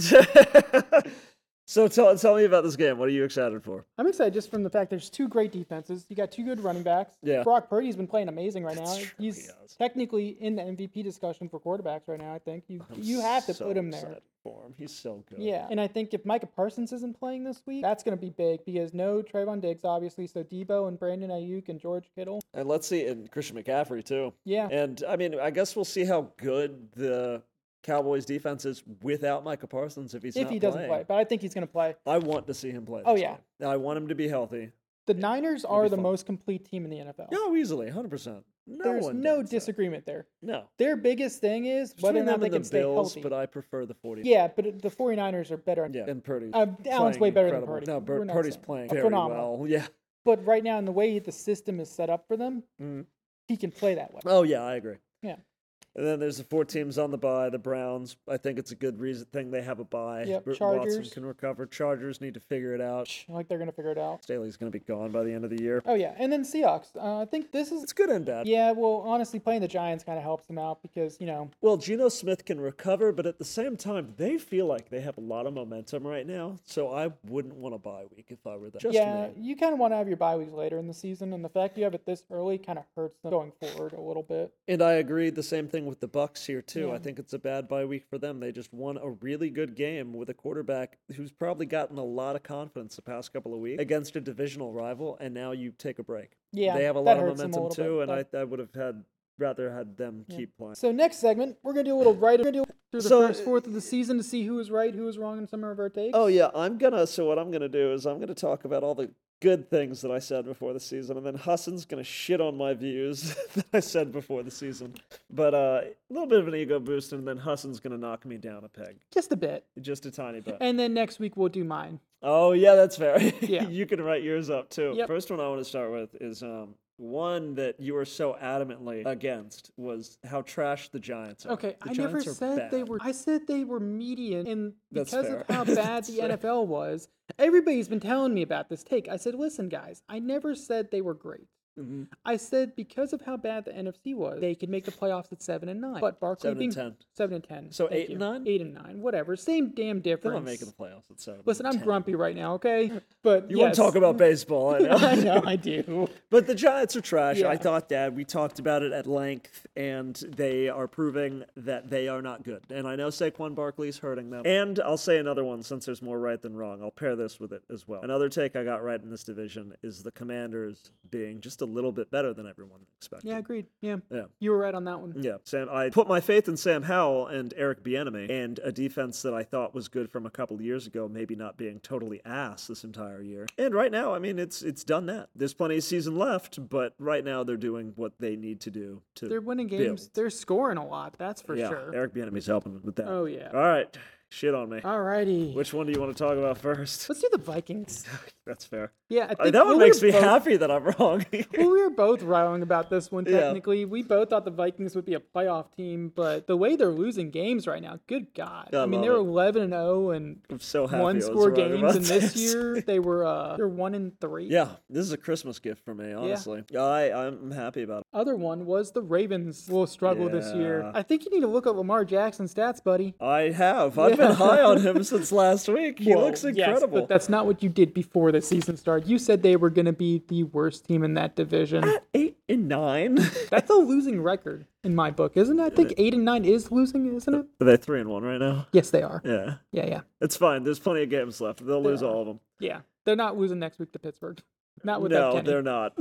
so tell tell me about this game. What are you excited for?
I'm excited just from the fact there's two great defenses. You got two good running backs.
Yeah.
Brock Purdy's been playing amazing right now.
That's true,
He's
he has.
technically in the MVP discussion for quarterbacks right now. I think you you have to
So
put him there.
excited For him. He's so good.
Yeah, and I think if Micah Parsons isn't playing this week, that's going to be big because no Trayvon Diggs, obviously. So Debo and Brandon Ayuk and George Kittle.
And let's see, and Christian McCaffrey too.
Yeah,
And I mean, I guess we'll see how good the Cowboys defense is without Micah Parsons if he's
if
not
he doesn't
playing.
play, but I think he's going to play.
I want to see him play.
Oh,
this
yeah.
game. I want him to be healthy.
The Niners are the
fun.
most complete team in the NFL.
No, easily, hundred percent. No
Oh. There's
one
no
doubts that.
disagreement there.
No.
Their biggest thing is whether
Between
or not
them
they
and
can
the
stay
Bills,
healthy.
but I prefer the 49ers.
yeah, but the 49ers are better.
Yeah, and Purdy.
Uh, Allen's way
playing
better than
incredible.
Purdy.
No, Bur-
We're not
Purdy's
saying-
playing
Uh,
very
phenomenal.
well. Yeah.
But right now, in the way the system is set up for them,
Mm.
he can play that way.
Oh yeah, I agree.
Yeah.
And then there's the four teams on the bye. The Browns. I think it's a good reason thing they have a bye.
Yep,
Bur- Watson
Chargers.
can recover. Chargers need to figure it out.
Like they're going to figure it out.
Staley's going to be gone by the end of the year.
Oh yeah, and then Seahawks. Uh, I think this is
It's good and bad.
Yeah, well, honestly, playing the Giants kind of helps them out because you know
Well, Geno Smith can recover, but at the same time, they feel like they have a lot of momentum right now. So I wouldn't want a bye week if I were them. Just
yeah,
me.
you kind of want to have your bye weeks later in the season, and the fact you have it this early kind of hurts them going forward a little bit.
And I agree the same thing with the Bucks here too. I
Yeah.
think it's a bad bye week for them. They just won a really good game with a quarterback who's probably gotten a lot of confidence the past couple of weeks against a divisional rival and now you take a break.
Yeah,
they have a
that
lot of
hurts them a
momentum
little
too
bit,
and I, I would have had rather had them keep playing.
So next segment, we're gonna do a little right we're gonna do through the
So, uh,
first fourth of the season to see who was right, who was wrong in some of our takes.
Oh yeah, I'm gonna. So what I'm gonna do is I'm gonna talk about all the good things that I said before the season, and then Hassan's gonna shit on my views that I said before the season. But uh, a little bit of an ego boost, and then Hassan's gonna knock me down a peg,
just a bit,
just a tiny bit.
and then next week we'll do mine.
Oh yeah, that's fair.
Yeah.
you can write yours up too.
Yep.
First one I want to start with is um one that you were so adamantly against was how trash the Giants are.
Okay,
The
I never
Giants are
said they
bad.
were. I said they were median, and
That's
because
fair.
of how bad
That's
the
fair.
NFL was, everybody's been telling me about this take. I said, listen, guys, I never said they were great.
Mhm.
I said because of how bad the NFC was, they could make the playoffs at seven and nine. But Barkley
Seven and
being
ten.
seven and ten.
So
thank
eight
you.
and nine?
eight and nine, whatever, same damn
They're
difference.
not making the playoffs. It's so
Listen, I'm
ten.
grumpy right now, okay? But
You
yes.
want to talk about baseball? I know.
I know, I do.
But the Giants are trash. I
Yeah.
thought that. We talked about it at length, and they are proving that they are not good. And I know Saquon Barkley's hurting them. And I'll say another one since there's more right than wrong. I'll pair this with it as well. Another take I got right in this division is the Commanders being just a little bit better than everyone expected.
Yeah, agreed. Yeah.
Yeah. Mm.
You were right on that one.
Yeah, Sam. I put my faith in Sam Howell and Eric Bieniemy, and a defense that I thought was good from a couple years ago, maybe not being totally ass this entire year. And right now, I mean, it's it's done that. There's plenty of season left, but right now they're doing what they need to do to.
They're winning games.
Build.
They're scoring a lot. That's for
yeah,
sure.
Eric Bieniemy's helping with that.
Oh yeah. Oh,
All right, shit on me.
Alrighty.
Which one do you want to talk about first?
Let's do the Vikings.
That's fair.
Yeah, I
Uh,
think
that
we
one
were
makes me
both-
happy that I'm wrong.
Well, we were both wrong about this one.
Yeah.
Technically, we both thought the Vikings would be a playoff team, but the way they're losing games right now, good God!
I
I, mean,
love
they were
it.
eleven and zero and
I'm so happy. I
one
was
score
wrong
games,
about
and this
this.
year they were uh they're one and three.
Yeah, this is a Christmas gift for me, honestly. I I'm happy about it.
Other one was the Ravens will struggle this year.
Yeah.
I think you need to look at Lamar Jackson's stats, buddy.
I have. I've been
Yeah.
high on him since last week. He
Well,
looks
yes,
incredible.
but that's not what you did before the season started. You said they were going to be the worst team in that division.
At eight and nine.
That's a losing record in my book, isn't it? I think eight and nine is losing, isn't it?
Are they three and one right now?
Yes, they are.
Yeah,
Yeah, yeah,
it's fine. There's plenty of games left. They'll lose all of them.
yeah. They're not losing next week to Pittsburgh. Not
No,
without Kenny.
they're not.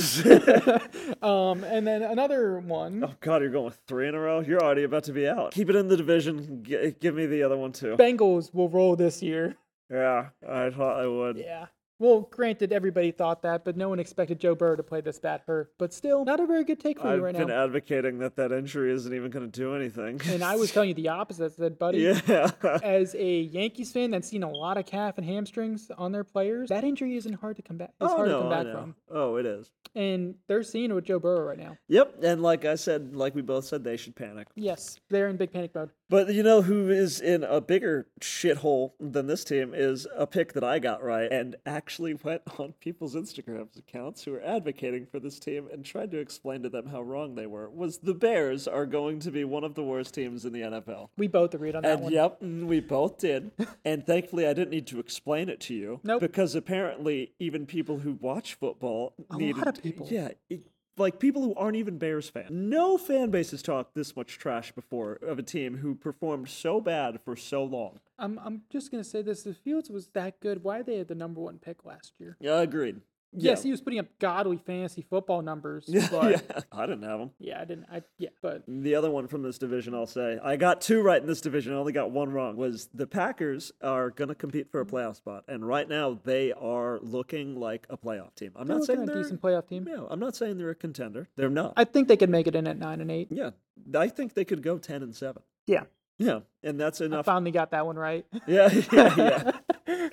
Um, and then another one,
oh God, you're going with three in a row. You're already about to be out. Keep it in the division. G- give me the other one too.
Bengals will roll this year.
Yeah, I thought I would.
Yeah. Well, granted, everybody thought that, but no one expected Joe Burrow to play this bad hurt. But still, not a very good take for
I've
you right
been
now.
advocating that that injury isn't even going to do anything.
and I was telling you the opposite. I said, buddy,
yeah.
as a Yankees fan that's seen a lot of calf and hamstrings on their players, that injury isn't hard to come back. It's
oh
hard
no,
to come
I
back
know.
from.
Oh, it is.
And they're seeing it with Joe Burrow right now.
Yep, and like I said, like we both said, they should panic.
Yes, they're in big panic mode.
But you know who is in a bigger shithole than this team is a pick that I got right and actually went on people's Instagram accounts who are advocating for this team and tried to explain to them how wrong they were. Was the Bears are going to be one of the worst teams in the NFL.
We both agreed on that
And
one.
yep, mm, we both did. and thankfully, I didn't need to explain it to you.
Nope.
Because apparently, even people who watch football
A lot
needed,
of people.
Yeah. it- like people who aren't even Bears fans. No fan base has talked this much trash before of a team who performed so bad for so long.
I'm, I'm just going to say this. If Fields was that good, why they had the number one pick last year?
Yeah, agreed.
Yes, he was putting up godly fantasy football numbers,
Yeah.
but yeah.
Yeah. I didn't have him.
I didn't. I yeah, but
The other one from this division, I'll say, I got two right in this division. I only got one wrong. Was the Packers are going to compete
Mm-hmm.
for a playoff spot, and right now they are looking like a playoff team. I'm
they're
not saying
looking at a
they're.
decent playoff team.
No, I'm not saying they're a contender. They're not.
I think they could make it in at nine and eight.
yeah, I think they could go ten and seven.
Yeah,
Yeah, and that's
I
enough.
finally got that one right.
yeah, yeah, yeah.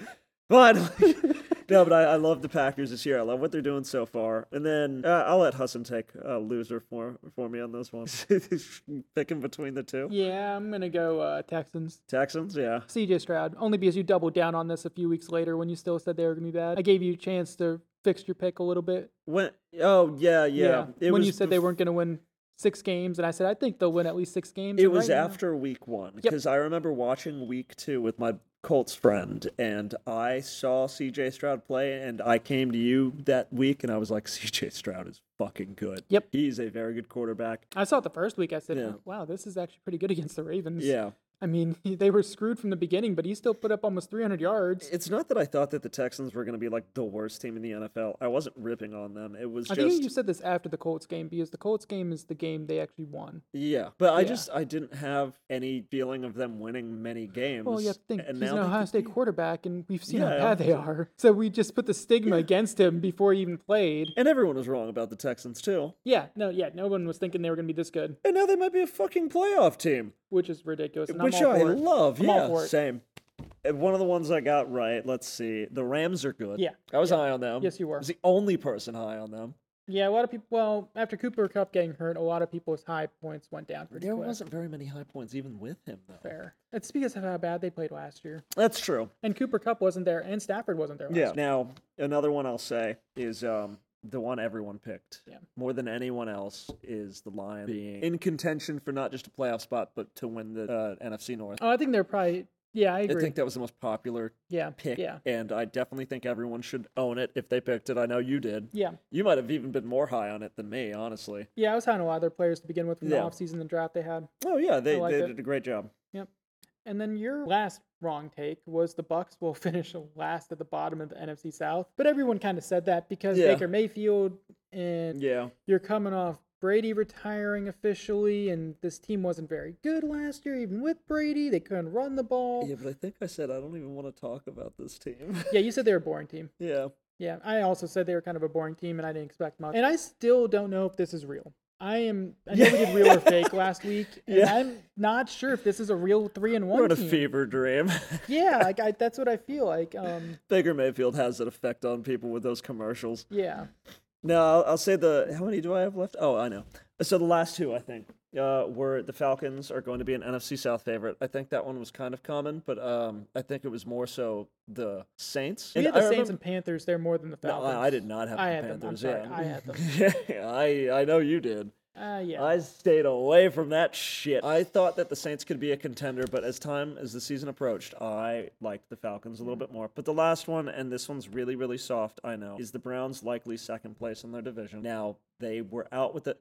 Finally. No, but I, I love the Packers this year. I love what they're doing so far. And then uh, I'll let Husson take a loser for for me on this one. Picking between the two.
yeah, I'm gonna go uh, Texans.
Texans, yeah.
CJ Stroud, only because you doubled down on this a few weeks later when you still said they were gonna be bad. I gave you a chance to fix your pick a little bit.
When oh yeah yeah, It
when
was
you said they weren't gonna win six games, and I said I think they'll win at least six games.
It
and
was
right now-
after week one because I remember watching week two with my Colts friend, and I saw C.J. Stroud play, and I came to you that week, and I was like, C.J. Stroud is fucking good.
Yep.
he's a very good quarterback.
I saw it the first week. I said,
Yeah.
"Oh, "Wow, this is actually pretty good against the Ravens."
Yeah,
I mean, they were screwed from the beginning, but he still put up almost 300 yards.
it's not that I thought that the Texans were going to be like the worst team in the NFL. I wasn't ripping on them. It was
I
just
think you said this after the Colts game because the Colts game is the game they actually won.
yeah, but I
Yeah.
just I didn't have any feeling of them winning many games.
Well, you have to think
and
he's
now
an
they
Ohio
could
State
be-
quarterback, and we've seen
Yeah.
how bad they are. So we just put the stigma against him before he even played.
and everyone was wrong about the Texans too.
Yeah, no, yeah, no one was thinking they were going to be this good,
And now they might be a fucking playoff team.
which is ridiculous. And
Which
I'm all
I
for it.
love.
I'm all
yeah,
for it.
same. And One of the ones I got right. Let's see. The Rams are good.
Yeah,
I was high on them.
Yes, you were.
I was the only person high on them.
Yeah, a lot of people. Well, after Cooper Cup getting hurt, a lot of people's high points went down pretty
There
quick.
wasn't very many high points even with him though.
fair. It's because of how bad they played last year,
That's true.
and Cooper Cup wasn't there, and Stafford wasn't there. Last
Yeah. Now another one I'll say is um, the one everyone picked
Yeah.
more than anyone else is the Lions being in contention for not just a playoff spot but to win the uh, NFC North.
Oh, I think they're probably. Yeah, I
I
agree.
think that was the most popular
yeah,
pick,
yeah,
and I definitely think everyone should own it if they picked it. I know you did.
yeah,
You might have even been more high on it than me, honestly.
yeah. I was having a lot of their players to begin with from
Yeah.
the offseason and draft they had.
Oh yeah, they,
I like
they
it.
did a great job.
Yep. And then your last wrong take was the Bucks will finish last at the bottom of the NFC South. But everyone kind of said that because
Yeah.
Baker Mayfield and
Yeah.
you're coming off Brady retiring officially, and this team wasn't very good last year, even with Brady. They couldn't run the ball.
Yeah, but I think I said I don't even want to talk about this team.
Yeah, you said they were a boring team.
yeah.
Yeah, I also said they were kind of a boring team, and I didn't expect much. And I still don't know if this is real. I am. I know we did real or fake last week, and
Yeah.
I'm not sure if this is a real three and
We're
one
in a
team.
fever dream.
Yeah, like I, that's what I feel like. Um,
Baker Mayfield has an effect on people with those commercials.
yeah,
No, I'll, I'll say the. How many do I have left? Oh, I know. So the last two, I think, uh, were the Falcons are going to be an NFC South favorite. I think that one was kind of common, but um, I think it was more so the Saints.
we
And
had the
I
Saints
remember-
and Panthers there more than the
No,
Falcons.
I, I did not have
I
the
had them, I'm
Panthers.
sorry,
yeah.
I had them.
yeah, I I know you did.
Uh, yeah,
I stayed away from that shit. I thought that the Saints could be a contender, but as time as the season approached, I liked the Falcons a
Mm-hmm.
little bit more. But the last one, and this one's really, really soft, I know, is the Browns likely second place in their division. Now they were out with the,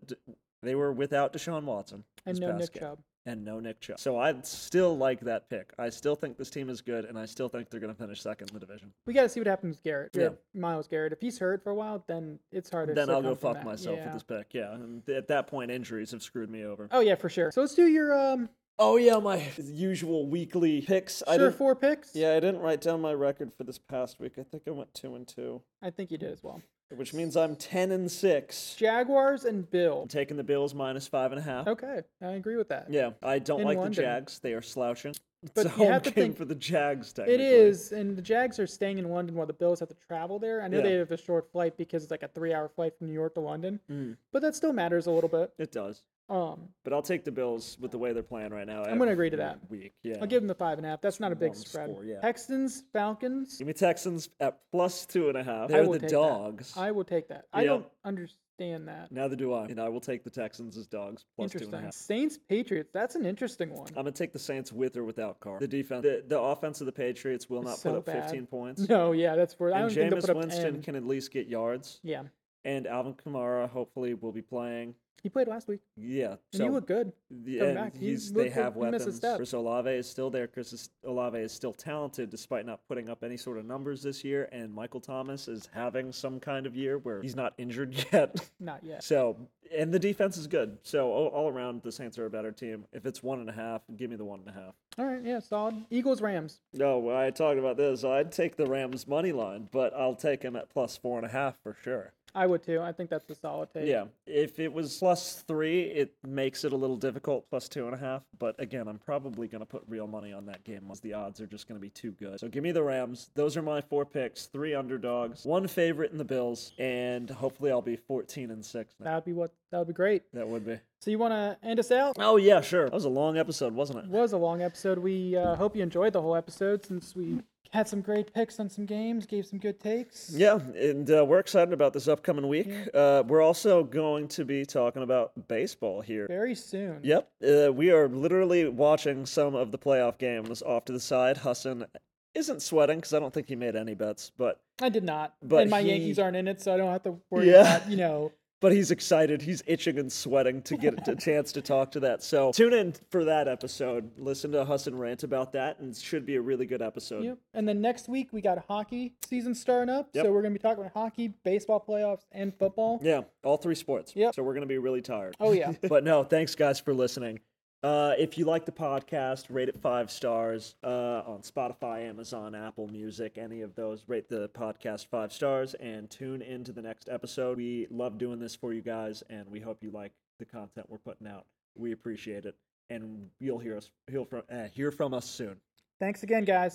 they were without Deshaun Watson.
and
this
no
past
Nick
game,
Chubb.
And no Nick Chubb. So I still like that pick. I still think this team is good, and I still think they're going to finish second in the division.
We got to see what happens with Garrett.
Yeah.
Garrett- Miles Garrett. If he's hurt for a while, then it's harder. to
then I'll go
succumb from
fuck
that.
myself
Yeah.
with this pick. Yeah. And at that point, injuries have screwed me over.
Oh yeah, for sure. So let's do your um,
Oh yeah, my usual weekly picks. I
sure
didn't,
four picks.
yeah, I didn't write down my record for this past week. I think I went two and two,
I think you did as well.
which means I'm ten and six.
Jaguars and
I'm
Bill.
taking the Bills minus five and a half.
Okay, I agree with that.
Yeah, I don't
In
like the
London.
Jags. They are slouching. It's
But
a
you
home
have to
game
think-
for the Jags.
It
Technically,
is, and the Jags are staying in London while the Bills have to travel there. I know they
Yeah.
have a short flight because it's like a three-hour flight from New York to London,
Mm.
but that still matters a little bit.
It does.
Um,
But I'll take the Bills with the way they're playing right now.
I'm gonna agree to
every
that.
Week, yeah.
I'll give them the five and a half. That's not a big
One
spread.
score, yeah.
Texans, Falcons.
Give me Texans at plus two and a half.
I
They're
will
the
take that.
dogs.
I will take that. I
Yeah.
don't understand that.
Neither do I, and I will take the Texans as dogs plus two and a
Interesting.
half. Uh,
Saints, Patriots. That's an interesting one.
I'm gonna take the Saints with or without Carr. The defense, the, the offense of the Patriots will not
so
put up
bad.
15 points.
No, yeah, that's for. I
And
don't think they'll
Jameis
put up
Winston
10.
can at least get yards.
Yeah,
And Alvin Kamara hopefully will be playing.
he played last week,
Yeah,
and
so
he looked good.
the,
come
and
back. He
he's, they
looked
have
like he missed a
weapons.
step.
Chris Olave is still there. Chris is, Olave is still talented despite not putting up any sort of numbers this year. And Michael Thomas is having some kind of year where he's not injured yet.
Not yet.
so and the defense is good. So all, all around, the Saints are a better team. If it's one and a half, give me the one and a half.
All right, yeah, solid. Eagles, Rams.
No, when I talked about this, I'd take the Rams money line, but I'll take him at plus four and a half for sure.
I would too. I think that's a solid take.
Yeah, if it was plus three, it makes it a little difficult. Plus two and a half, but again, I'm probably going to put real money on that game. The odds are just going to be too good. So give me the Rams. Those are my four picks: three underdogs, one favorite in the Bills, and hopefully I'll be 14 and six. Now.
that would be what. That would be great.
That would be.
So you want to end us out?
Oh yeah, sure. That was a long episode, wasn't it?
was a long episode. We uh, hope you enjoyed the whole episode since we had some great picks on some games, gave some good takes.
Yeah, and uh, we're excited about this upcoming week. Uh, we're also going to be talking about baseball here.
Very soon.
Yep, uh, we are literally watching some of the playoff games off to the side. Hassan isn't sweating because I don't think he made any bets, but
I did not.
But
and my
he-
Yankees aren't in it, so I don't have to worry
Yeah.
about, you know.
but he's excited. He's itching and sweating to get a chance to talk to that. So tune in for that episode. Listen to Hassan rant about that, and it should be a really good episode.
Yep. And then next week we got hockey season starting up,
Yep.
so we're going to be talking about hockey, baseball playoffs, and football.
Yeah, all three sports.
Yep.
So we're gonna be really tired.
Oh yeah.
but no, thanks guys for listening. Uh, if you like the podcast, rate it five stars uh, on Spotify, Amazon, Apple Music, any of those. Rate the podcast five stars and tune into the next episode. We love doing this for you guys, and we hope you like the content we're putting out. We appreciate it, and you'll hear us hear from, uh, hear from us soon.
Thanks again, guys.